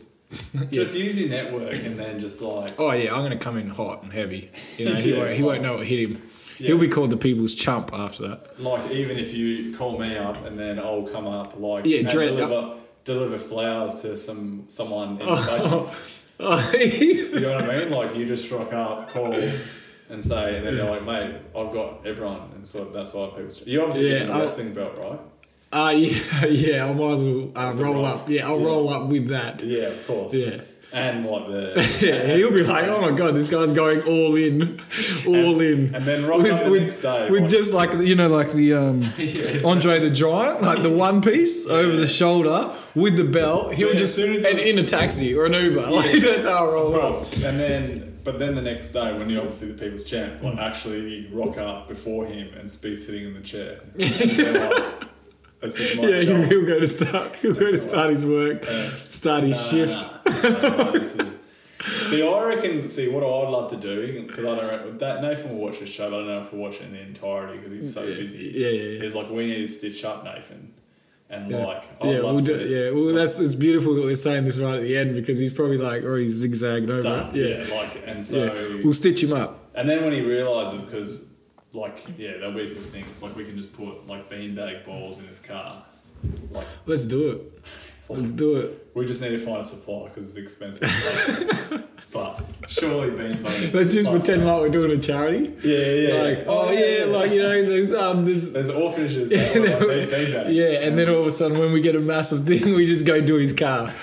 Speaker 6: Just use your network and then just like
Speaker 5: oh yeah, I'm going to come in hot and heavy. You know, he,
Speaker 6: (laughs) Yeah.
Speaker 5: won't, he won't know what hit him. He'll be called the people's chump after that. (laughs)
Speaker 6: like even if you call me up and then I'll come up like
Speaker 5: Yeah,
Speaker 6: and
Speaker 5: dread-
Speaker 6: deliver deliver flowers to some someone in
Speaker 5: (laughs)
Speaker 6: budgets. You know what I mean? Like you just rock up, call, and say, and then they're like, "Mate, I've got everyone," and so that's why people. You obviously
Speaker 5: Yeah,
Speaker 6: get the
Speaker 5: I-
Speaker 6: wrestling belt, right?
Speaker 5: uh, yeah, yeah, I might as well uh, roll
Speaker 6: rock.
Speaker 5: up. Yeah, I'll roll up with that.
Speaker 6: Yeah, of course.
Speaker 5: Yeah.
Speaker 6: and like
Speaker 5: (laughs)
Speaker 6: the
Speaker 5: Yeah, he'll be like, oh my god, this guy's going all in, (laughs) all in.
Speaker 6: and then rock up the next day,
Speaker 5: with
Speaker 6: like-
Speaker 5: just like you know, like the
Speaker 6: (laughs)
Speaker 5: um,
Speaker 6: it's-
Speaker 5: Andre the Giant, like the one
Speaker 6: (laughs)
Speaker 5: piece over the shoulder with the belt. He'll
Speaker 6: Yeah, as
Speaker 5: just
Speaker 6: soon as
Speaker 5: and
Speaker 6: I-
Speaker 5: in a taxi or an Uber. (laughs) Like that's how I roll up.
Speaker 6: and then but then the next day when you're obviously the people's champ, like actually rock up before him and be sitting in the chair. And they're like, this is my
Speaker 5: Yeah, (laughs) he'll,
Speaker 6: job.
Speaker 5: he'll go to start. He'll go to start his work, start his shift.
Speaker 6: Uh, this is- (laughs) See, I reckon. See, what I'd love to do because I don't reckon that Nathan will watch this show. But I don't know if we'll watch it in the entirety because he's so busy.
Speaker 5: yeah, yeah, yeah.
Speaker 6: It's like we need to stitch up Nathan, and like I'd
Speaker 5: yeah,
Speaker 6: love
Speaker 5: we'll do,
Speaker 6: to.
Speaker 5: yeah. Well, that's it's beautiful that we're saying this right at the end because he's probably like already zigzagged over.
Speaker 6: Done.
Speaker 5: it.
Speaker 6: Yeah. like and so,
Speaker 5: yeah. We'll stitch him up.
Speaker 6: and then when he realizes, because like yeah, there'll be some things like we can just put like beanbag balls in his car. Like
Speaker 5: Let's do it. Let's do it.
Speaker 6: we just need to find a supplier because it's
Speaker 5: (laughs)
Speaker 6: expensive. but surely beanbag.
Speaker 5: Let's just pretend like we're doing a charity.
Speaker 6: Yeah, yeah. yeah.
Speaker 5: Like, oh yeah, like you know, there's um, there's
Speaker 6: There's
Speaker 5: (laughs)
Speaker 6: orphanages that yeah,
Speaker 5: there (laughs)
Speaker 6: like, (laughs) they, they don't.
Speaker 5: yeah, and then all of a sudden when we get a massive (laughs) thing, we just go do his car.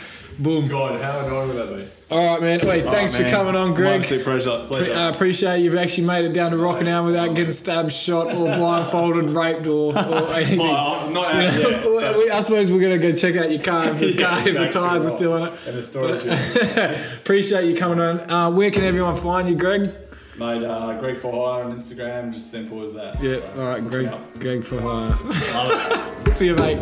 Speaker 5: Boom.
Speaker 6: God, how annoying would that be?
Speaker 5: All right, man. Wait, thanks for coming on, Greg. Uh,
Speaker 6: Absolute pleasure. pleasure.
Speaker 5: I appreciate you've actually made it down to Rockingham without getting stabbed, shot,
Speaker 6: (laughs)
Speaker 5: or blindfolded, raped, or, or (laughs) anything.
Speaker 6: Well,
Speaker 5: (laughs)
Speaker 6: I'm not out
Speaker 5: You know,
Speaker 6: yet, so-
Speaker 5: we- I suppose we're gonna go check out your car if, the
Speaker 6: (laughs) Yeah,
Speaker 5: car, if the
Speaker 6: exactly
Speaker 5: tires are
Speaker 6: right.
Speaker 5: still on
Speaker 6: And
Speaker 5: (laughs)
Speaker 6: the storage unit.
Speaker 5: it. Appreciate you coming on. Uh, where can everyone find you, Greg?
Speaker 6: Mate, uh, Greg for hire on Instagram, just simple as that.
Speaker 5: Yeah.
Speaker 6: So,
Speaker 5: All right,
Speaker 6: look
Speaker 5: Greg.
Speaker 6: me up.
Speaker 5: Greg for hire. (laughs) See you, mate.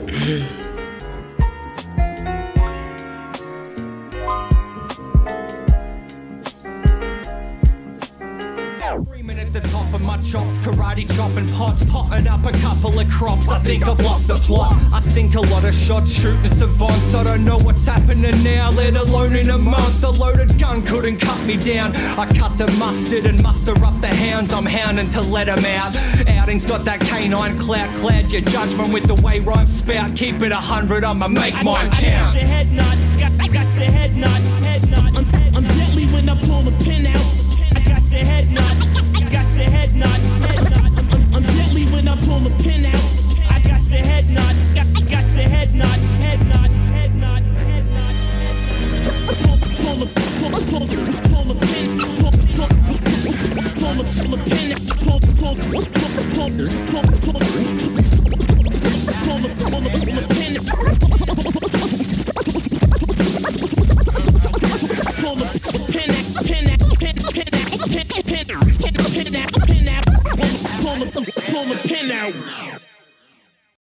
Speaker 9: Screaming at the top of my chops, karate chopping pots, potting up a couple of crops. I think I've lost the plot. I sink a lot of shots, shooting savants. I don't know what's happening now, let alone in a month. A loaded gun couldn't cut me down. I cut the mustard and muster up the hounds. I'm hounding to let 'em out. Outing's got that canine clout, cloud your judgment with the way rhymes spout. Keep it a hundred, I'ma make mine count.
Speaker 2: your head knot. Got, I got your head knot. Head knot. I'm, I'm deadly when I pull the pin out. I got your head knot. I got your head knot. Head knot. I'm, I'm, I'm deadly when I pull the pin out. I got your head knot. Got, I got your head knot. Head knot. Head knot. Head knot. Head knot. Pull, pull the pull, pull, pull the pin. pull, pull a pin out, pull, pull, pull, pull, pull, pull,